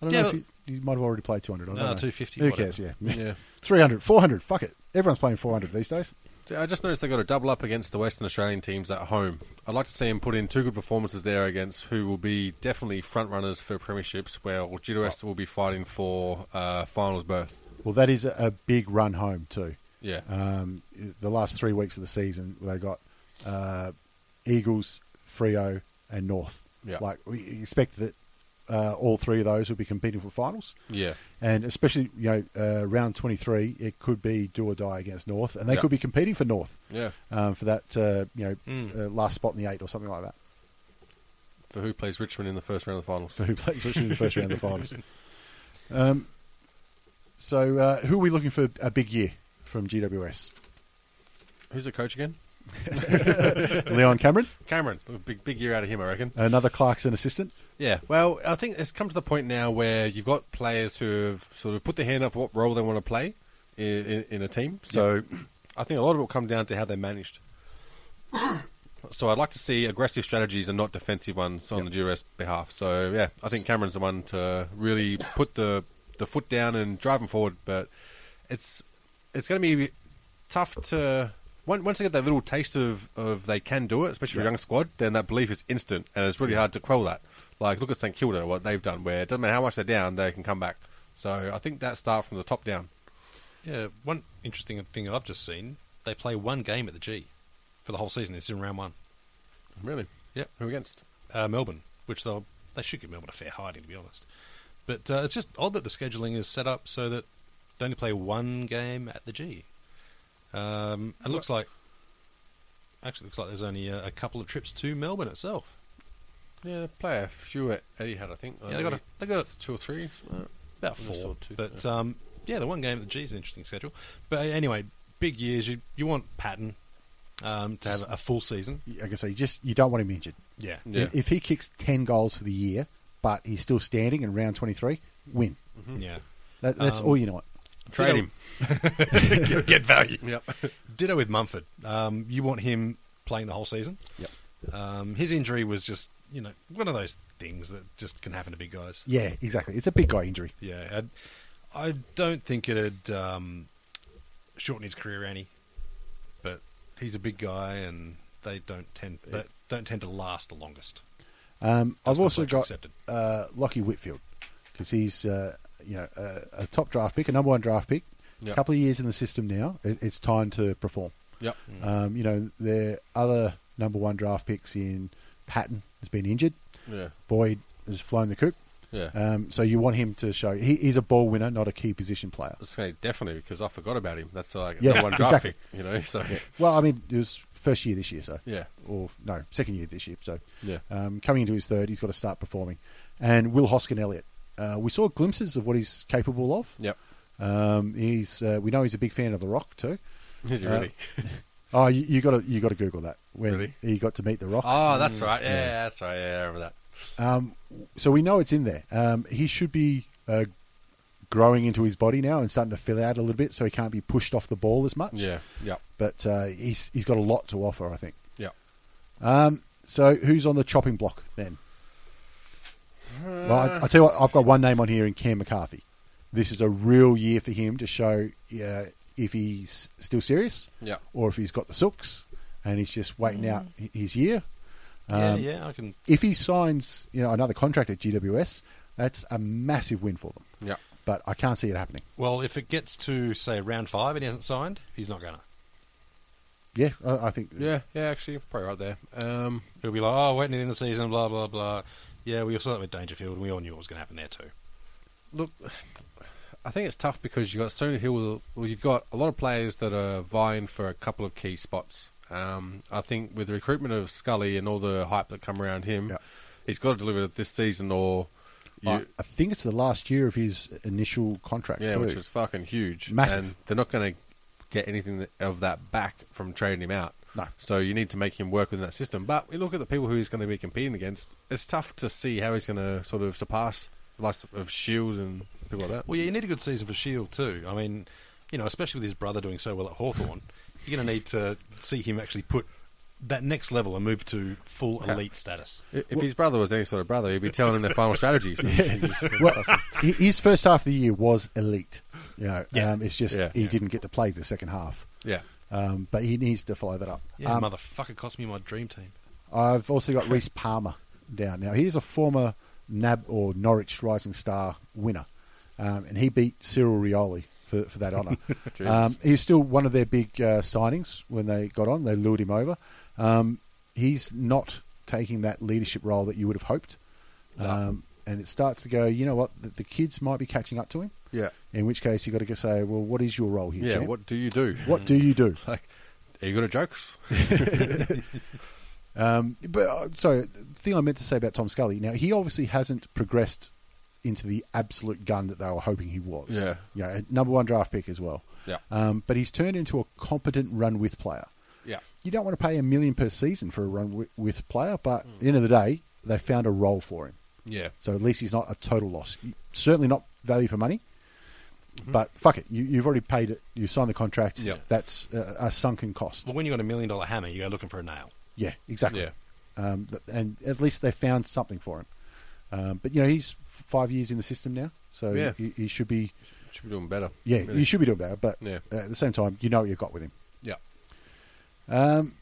[SPEAKER 1] I don't
[SPEAKER 3] Yeah,
[SPEAKER 1] know if
[SPEAKER 3] but-
[SPEAKER 1] you, you might have already played 200. I don't
[SPEAKER 3] No,
[SPEAKER 1] know.
[SPEAKER 3] 250,
[SPEAKER 1] Who
[SPEAKER 3] whatever.
[SPEAKER 1] cares? Yeah. <laughs>
[SPEAKER 2] Yeah.
[SPEAKER 1] 300, 400, fuck it. Everyone's playing 400 these days.
[SPEAKER 2] See, I just noticed they got a double up against the Western Australian teams at home. I'd like to see them put in two good performances there against who will be definitely front runners for premierships, where GWS will be fighting for uh, finals berth.
[SPEAKER 1] Well, that is a, a big run home too.
[SPEAKER 2] Yeah.
[SPEAKER 1] Um, the last three weeks of the season, they got uh, Eagles, Frio, and North.
[SPEAKER 2] Yeah.
[SPEAKER 1] Like we expect that uh, all three of those will be competing for finals.
[SPEAKER 2] Yeah.
[SPEAKER 1] And especially you know uh, round twenty three, it could be do or die against North, and they
[SPEAKER 2] Yeah.
[SPEAKER 1] could be competing for North.
[SPEAKER 2] Yeah.
[SPEAKER 1] Um, for that uh, you know
[SPEAKER 3] Hmm.
[SPEAKER 1] uh, last spot in the eight or something like that.
[SPEAKER 2] For who plays Richmond in the first round of the finals?
[SPEAKER 1] for who plays Richmond in the first round of the
[SPEAKER 3] <laughs>
[SPEAKER 1] finals. Um, so, uh, who are we looking for a big year from
[SPEAKER 3] <laughs>
[SPEAKER 1] GWS?
[SPEAKER 2] Who's the coach again?
[SPEAKER 1] Leon Cameron,
[SPEAKER 2] Cameron. Big big year out of him, I reckon.
[SPEAKER 1] another Clarkson assistant.
[SPEAKER 2] Yeah, well, I think it's come to the point now where you've got players who have sort of put their hand up what role they want to play in, in, in a team. So I think a lot of it will come down to how they're managed. <coughs> so I'd like to see aggressive strategies and not defensive ones on the GRS behalf. So yeah, I think Cameron's the one to really put the the foot down and drive them forward. But it's it's going to be tough to. on- Once they get that little taste of, of they can do it, especially for a young squad, then that belief is instant, and it's really hard to quell that. Like, look at St Kilda, what they've done, where it doesn't matter how much they're down, they can come back. So I think that starts from the top down.
[SPEAKER 3] Yeah, one interesting thing I've just seen, they play one game at the G for the whole season. It's in round one.
[SPEAKER 2] Really?
[SPEAKER 3] Yep.
[SPEAKER 2] Who against?
[SPEAKER 3] uh, Melbourne, which they'll they should give Melbourne a fair hiding to be honest. But uh, it's just odd that the scheduling is set up so that they only play one game at the G. Um, it looks like actually it looks like there's only a, a couple of trips to Melbourne itself.
[SPEAKER 2] Yeah, they play a few at Etihad, I think.
[SPEAKER 3] Yeah, they got a, they got
[SPEAKER 2] two or three.
[SPEAKER 3] about
[SPEAKER 2] I just
[SPEAKER 3] four.
[SPEAKER 2] saw two,
[SPEAKER 3] But um, yeah, the one game at the G is an interesting schedule. But uh, anyway, big years. You you want Patton um, to have a full season.
[SPEAKER 1] Like I say, you just you don't want him injured.
[SPEAKER 3] Yeah.
[SPEAKER 2] Yeah.
[SPEAKER 1] If, if he kicks ten goals for the year, but he's still standing in round twenty three, win.
[SPEAKER 3] Mm-hmm. <laughs> Yeah.
[SPEAKER 1] That, that's
[SPEAKER 3] Um,
[SPEAKER 1] all you know.
[SPEAKER 2] Trade him.
[SPEAKER 3] <laughs> get, get value.
[SPEAKER 2] Yep.
[SPEAKER 3] Ditto with Mumford. Um, you want him playing the whole season. Yep. Um, his injury was just, you know, one of those things that just can happen to big guys.
[SPEAKER 1] Yeah, exactly. It's a big guy injury.
[SPEAKER 3] Yeah. I, I don't think it'd um, shorten his career any, but he's a big guy, and they don't tend they don't tend to last the longest.
[SPEAKER 1] Um,
[SPEAKER 3] That's
[SPEAKER 1] I've
[SPEAKER 3] the
[SPEAKER 1] also
[SPEAKER 3] pledge
[SPEAKER 1] got
[SPEAKER 3] accepted.
[SPEAKER 1] uh, Lockie Whitfield because he's uh, you know a, a top draft pick, a number one draft pick.
[SPEAKER 2] Yeah.
[SPEAKER 1] A couple of years in the system now. It, it's time to perform.
[SPEAKER 2] <laughs> Yep.
[SPEAKER 1] Um, you know, their other number one draft picks in Patton has been injured.
[SPEAKER 2] Yeah.
[SPEAKER 1] Boyd has flown the coop.
[SPEAKER 2] Yeah.
[SPEAKER 1] Um, so you want him to show he, he's a ball winner, not a key position player.
[SPEAKER 2] Let's say definitely because I forgot about him. That's like
[SPEAKER 1] Yeah,
[SPEAKER 2] yeah, one draft
[SPEAKER 1] exactly.
[SPEAKER 2] pick, you know. So
[SPEAKER 1] Well, I mean, it was first year this year, so
[SPEAKER 2] Yeah.
[SPEAKER 1] or no, second year this year. So
[SPEAKER 2] Yeah.
[SPEAKER 1] um, coming into his third, he's got to start performing. And Will Hoskin Elliott, uh, we saw glimpses of what he's capable of.
[SPEAKER 2] <laughs> yep, <laughs>
[SPEAKER 1] Um, he's uh, we know he's a big fan of The Rock too.
[SPEAKER 2] is he really? <laughs>
[SPEAKER 1] Oh, you, you got to you got to Google that when
[SPEAKER 2] Really?
[SPEAKER 1] he got to meet The Rock.
[SPEAKER 2] oh, that's right. Yeah, that's right. Yeah, I remember that.
[SPEAKER 1] so we know it's in there. Um, he should be uh, growing into his body now and starting to fill out a little bit, so he can't be pushed off the ball as much.
[SPEAKER 2] Yeah. Yep.
[SPEAKER 1] but uh, he's he's got a lot to offer, I think.
[SPEAKER 2] Yep.
[SPEAKER 1] So who's on the chopping block then? well, I, I tell you what, I've got one name on here in Cam McCarthy. This is a real year for him to show uh, if he's still serious,
[SPEAKER 2] Yeah.
[SPEAKER 1] or if he's got the sooks and he's just waiting out h- his year. um,
[SPEAKER 3] yeah, yeah, I can.
[SPEAKER 1] If he signs, you know, another contract at GWS, that's a massive win for them.
[SPEAKER 2] Yep.
[SPEAKER 1] But I can't see it happening.
[SPEAKER 3] Well, if it gets to say round five and he hasn't signed, he's not gonna.
[SPEAKER 1] Yeah, I, I think.
[SPEAKER 2] Yeah, yeah, actually, probably right there. Um,
[SPEAKER 3] He'll be like, oh, waiting in the season, blah blah blah. Yeah, we saw that with Dangerfield, and we all knew what was going to happen there too.
[SPEAKER 2] look, I think it's tough because you've got Sony Hill. Well, you've got a lot of players that are vying for a couple of key spots. Um, I think with the recruitment of Scully and all the hype that come around him,
[SPEAKER 1] Yeah.
[SPEAKER 2] he's got to deliver this season or. You,
[SPEAKER 1] I, I think it's the last year of his initial contract.
[SPEAKER 2] Yeah,
[SPEAKER 1] too.
[SPEAKER 2] which was fucking huge.
[SPEAKER 1] Massive.
[SPEAKER 2] And they're not going to get anything that, of that back from trading him out.
[SPEAKER 1] No.
[SPEAKER 2] So you need to make him work within that system. But we look at the people who he's going to be competing against. It's tough to see how he's going to sort of surpass the likes of Shield and people like that.
[SPEAKER 3] Well, yeah, you need a good season for Shield too. I mean, you know, especially with his brother doing so well at Hawthorn, you're going to need to see him actually put that next level and move to full elite status.
[SPEAKER 2] If his brother was any sort of brother, he'd be telling him their final
[SPEAKER 1] <laughs>
[SPEAKER 2] strategies.
[SPEAKER 1] well, hi- his first half of the year was elite. You know, um, it's just
[SPEAKER 2] Yeah.
[SPEAKER 1] he
[SPEAKER 2] Yeah.
[SPEAKER 1] didn't get to play the second half.
[SPEAKER 2] Yeah.
[SPEAKER 1] Um, but he needs to follow that up.
[SPEAKER 3] Yeah,
[SPEAKER 1] Um,
[SPEAKER 3] motherfucker cost me my dream team.
[SPEAKER 1] I've also got Reese Palmer down. Now, he's a former NAB or Norwich Rising Star winner, um, and he beat Cyril Rioli for, for that honour. um, he's still one of their big uh, signings when they got on. They lured him over. Um, he's not taking that leadership role that you would have hoped. Um, and it starts to go, you know what, the, the kids might be catching up to him.
[SPEAKER 2] Yeah.
[SPEAKER 1] In which case, you've got to say, well, what is your role here,
[SPEAKER 2] Yeah,
[SPEAKER 1] champ?
[SPEAKER 2] what do you do?
[SPEAKER 1] what do you do?
[SPEAKER 2] Like, are you good at jokes?
[SPEAKER 1] Um, but uh, sorry, the thing I meant to say about Tom Scully. Now he obviously hasn't progressed into the absolute gun that they were hoping he was.
[SPEAKER 2] Yeah.
[SPEAKER 1] you know, a number one draft pick as well.
[SPEAKER 2] Yeah.
[SPEAKER 1] um, but he's turned into a competent run with player.
[SPEAKER 2] <laughs> Yeah.
[SPEAKER 1] You don't want to pay a million per season for a run wi- with player, but
[SPEAKER 2] Mm.
[SPEAKER 1] at the end of the day, they found a role for him.
[SPEAKER 2] Yeah.
[SPEAKER 1] So at least he's not a total loss. Certainly not value for money. But fuck it, you, you've already paid it. You signed the contract.
[SPEAKER 2] Mm-hmm. Yeah.
[SPEAKER 1] That's a, a sunken cost.
[SPEAKER 3] Well, when you got a million dollar hammer, you go looking for a nail.
[SPEAKER 1] Yeah, exactly.
[SPEAKER 2] Yeah.
[SPEAKER 1] Um, th- and at least they found something for him. Um, but you know, he's f- five years in the system now, so
[SPEAKER 2] Yeah.
[SPEAKER 1] he, he should be.
[SPEAKER 2] Should be doing better.
[SPEAKER 1] Yeah,
[SPEAKER 2] Really.
[SPEAKER 1] you should be doing better. But
[SPEAKER 2] Yeah.
[SPEAKER 1] uh, at the same time, you know what you've got with him.
[SPEAKER 2] Yeah. <laughs>
[SPEAKER 1] Um,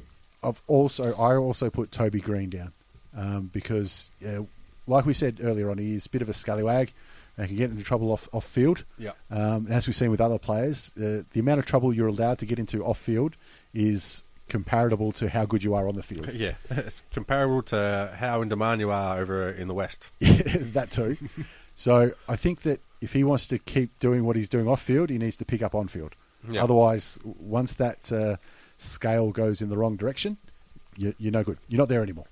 [SPEAKER 1] I've also I also put Toby Green down um, because, uh, like we said earlier on, he is a bit of a scallywag. and can get into trouble off off field.
[SPEAKER 2] Yeah.
[SPEAKER 1] Um, and as we've seen with other players, uh, the amount of trouble you're allowed to get into off field is comparable to how good you are on the field.
[SPEAKER 2] Yeah. It's comparable to how in demand you are over in the West.
[SPEAKER 1] <laughs> that too. So I think that if he wants to keep doing what he's doing off field, he needs to pick up on field.
[SPEAKER 2] Yeah.
[SPEAKER 1] Otherwise, w- once that uh, scale goes in the wrong direction, you, you're no good. You're not there anymore.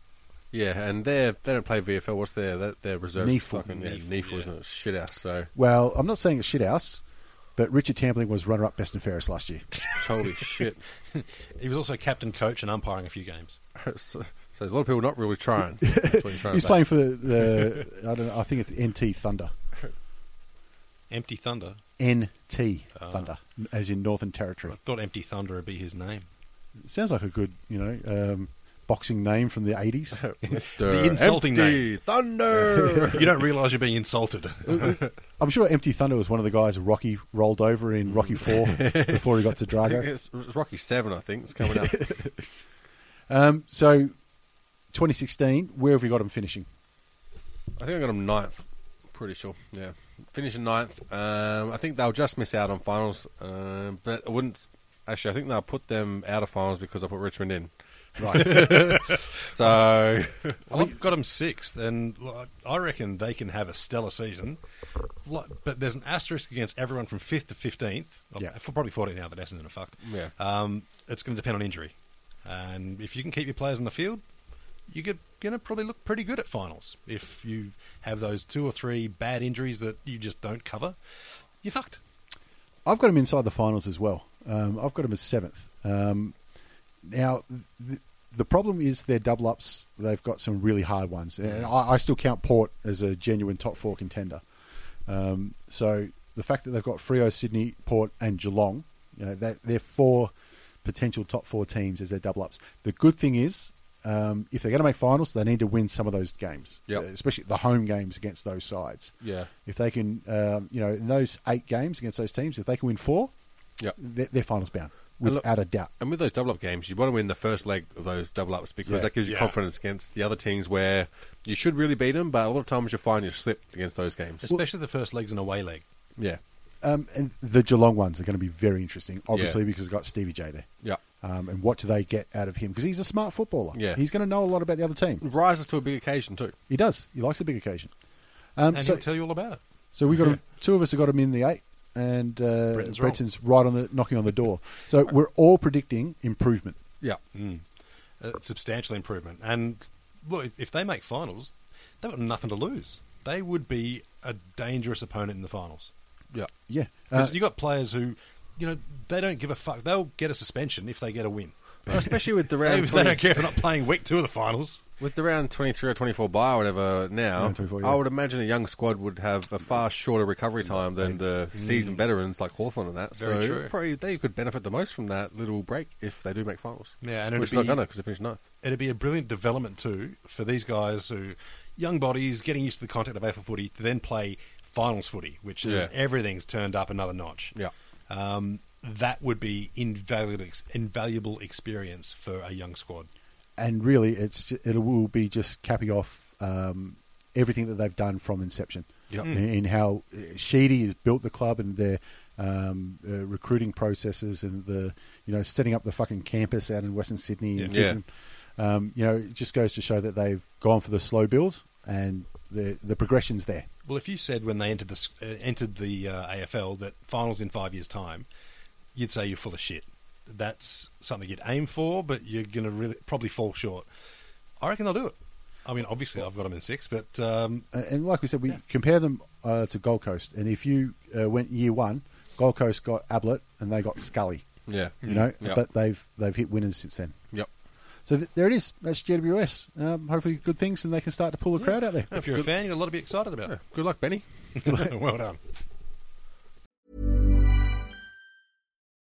[SPEAKER 2] Yeah, and they're, they don't play VFL. What's their their, their reserves?
[SPEAKER 1] Neefle.
[SPEAKER 2] Fucking, yeah,
[SPEAKER 3] Neefle,
[SPEAKER 2] Neefle,
[SPEAKER 3] yeah.
[SPEAKER 2] isn't it? Shit out. So,
[SPEAKER 1] Well, I'm not saying a shit house, but Richard Tambling was runner up best and fairest last year.
[SPEAKER 3] <laughs>
[SPEAKER 2] holy shit.
[SPEAKER 3] He was also captain, coach, and umpiring a few games.
[SPEAKER 2] So, so there's a lot of people not really
[SPEAKER 3] <laughs>
[SPEAKER 2] trying. That's what you're trying
[SPEAKER 1] He's
[SPEAKER 2] to say.
[SPEAKER 1] playing for the, the <laughs> I don't know, I think it's NT Thunder.
[SPEAKER 3] Empty Thunder.
[SPEAKER 1] NT Thunder, as in Northern Territory.
[SPEAKER 3] I thought Empty Thunder would be his name.
[SPEAKER 1] sounds like a good, you know, um, boxing name from the
[SPEAKER 2] <laughs>
[SPEAKER 1] 80s.
[SPEAKER 3] <laughs>
[SPEAKER 2] Mr.
[SPEAKER 3] The insulting
[SPEAKER 2] Empty
[SPEAKER 3] <laughs>
[SPEAKER 2] Thunder.
[SPEAKER 3] you don't realise you're being insulted.
[SPEAKER 1] I'm sure Empty Thunder was one of the guys Rocky rolled over in Rocky Four before he got to Drago.
[SPEAKER 2] it's, it's Rocky Seven, I think. It's coming
[SPEAKER 3] <laughs>
[SPEAKER 2] up.
[SPEAKER 1] Um, so, 2016, where have we got him finishing?
[SPEAKER 2] I think I got him ninth. Pretty sure. Yeah, finishing ninth. Um, I think they'll just miss out on finals, um, but I wouldn't. Actually, I think they'll put them out of finals because I put Richmond in.
[SPEAKER 1] Right.
[SPEAKER 2] So <laughs>
[SPEAKER 3] I've got him sixth, and like, I reckon they can have a stellar season. Like, But there's an asterisk against everyone from fifth to fifteenth.
[SPEAKER 1] Yeah.
[SPEAKER 3] for probably fourteen now that Essendon are fucked.
[SPEAKER 2] Yeah.
[SPEAKER 3] um, it's going to depend on injury, and if you can keep your players in the field, you're going to probably look pretty good at finals. If you have those two or three bad injuries that you just don't cover, you're fucked.
[SPEAKER 1] I've got him inside the finals as well. Um, I've got him as seventh. Um, now, th- the problem is their double ups. They've got some really hard ones, and I, I still count Port as a genuine top four contender. Um, so the fact that they've got Frio, Sydney, Port, and Geelong, you know, that they're four potential top four teams as their double ups. The good thing is, um, if they're going to make finals, they need to win some of those games, uh,
[SPEAKER 2] Yep.
[SPEAKER 1] especially the home games against those sides.
[SPEAKER 2] Yeah.
[SPEAKER 1] if they can, um, you know, in those eight games against those teams, if they can win four,
[SPEAKER 2] yeah.
[SPEAKER 1] they're, they're finals bound
[SPEAKER 2] And
[SPEAKER 1] without
[SPEAKER 2] look-
[SPEAKER 1] a doubt.
[SPEAKER 2] And with those double up games, you want to win the first leg of those double ups because
[SPEAKER 1] Yeah.
[SPEAKER 2] that gives you
[SPEAKER 3] Yeah.
[SPEAKER 2] confidence against the other teams where you should really beat them, but a lot of times you find you slip against those games.
[SPEAKER 3] Especially the first leg's an away leg.
[SPEAKER 2] Yeah.
[SPEAKER 1] Um, and the Geelong ones are going to be very interesting, obviously,
[SPEAKER 2] Yeah.
[SPEAKER 1] because it's got Stevie J there.
[SPEAKER 2] Yeah.
[SPEAKER 1] Um, and what do they get out of him? Because he's a smart footballer.
[SPEAKER 2] Yeah.
[SPEAKER 1] He's going to know a lot about the other team.
[SPEAKER 2] Rises to a big occasion, too.
[SPEAKER 1] He does. He likes the big occasion. Um,
[SPEAKER 3] and
[SPEAKER 1] so,
[SPEAKER 3] he'll tell you all about it.
[SPEAKER 1] so we got him, two of us have got him in the eight, and uh,
[SPEAKER 3] Brenton's wrong.
[SPEAKER 1] Brenton's right on the knocking on the door. So we're all predicting improvement.
[SPEAKER 2] Yeah.
[SPEAKER 3] Uh, substantial improvement. And look, if- if they make finals, they've got nothing to lose. They would be a dangerous opponent in the finals.
[SPEAKER 2] Yeah.
[SPEAKER 1] Yeah, uh,
[SPEAKER 3] Because you got players who, you know, they don't give a fuck. They'll get a suspension if they get a win.
[SPEAKER 2] Especially
[SPEAKER 3] <laughs>
[SPEAKER 2] with the
[SPEAKER 3] They,
[SPEAKER 2] round
[SPEAKER 3] they
[SPEAKER 2] 20,
[SPEAKER 3] don't care if they're not playing week two of the finals.
[SPEAKER 2] with the round twenty three or twenty four bye or whatever now.
[SPEAKER 1] Round 24, yeah.
[SPEAKER 2] I would imagine a young squad would have a far shorter recovery time than the seasoned veterans like Hawthorn and that.
[SPEAKER 3] Mm. Very
[SPEAKER 2] so
[SPEAKER 3] true.
[SPEAKER 2] probably they could benefit the most from that little break if they do make finals.
[SPEAKER 3] Yeah, and it'd
[SPEAKER 2] which they're
[SPEAKER 3] be-
[SPEAKER 2] not gonna because they finished ninth.
[SPEAKER 3] It'd be a brilliant development, too, for these guys who, young bodies, getting used to the contact of AFL footy, to then play finals footy, which is
[SPEAKER 2] Yeah.
[SPEAKER 3] everything's turned up another notch.
[SPEAKER 2] Yeah.
[SPEAKER 3] Um, that would be invaluable, invaluable experience for a young squad.
[SPEAKER 1] and really, it's it will be just capping off um, everything that they've done from inception.
[SPEAKER 2] Yep.
[SPEAKER 1] In, in how uh, Sheedy has built the club and their um, uh, recruiting processes and the you know setting up the fucking campus out in Western Sydney. And
[SPEAKER 2] Yeah.
[SPEAKER 1] keeping- Um, you know, it just goes to show that they've gone for the slow build and the the progression's there.
[SPEAKER 3] Well, if you said when they entered the s- uh, entered the uh, AFL that finals in five years' time, you'd say you're full of shit. That's something you'd aim for, but you're going to really probably fall short. I reckon they'll do it. I mean, obviously, I've got them in six, but um,
[SPEAKER 1] Uh, and like we said, we compare them uh, to Gold Coast. And if you uh, went year one, Gold Coast got Ablett and they got Scully.
[SPEAKER 2] Yeah.
[SPEAKER 1] You know,
[SPEAKER 2] Yep.
[SPEAKER 1] but they've they've hit winners since then.
[SPEAKER 2] Yep.
[SPEAKER 1] So th- there it is. That's GWS. Um, hopefully, good things, and they can start to pull a crowd out there.
[SPEAKER 3] if you're a fan, you've got a lot to be excited about.
[SPEAKER 2] Yeah. Good luck, Benny.
[SPEAKER 3] <laughs> well done.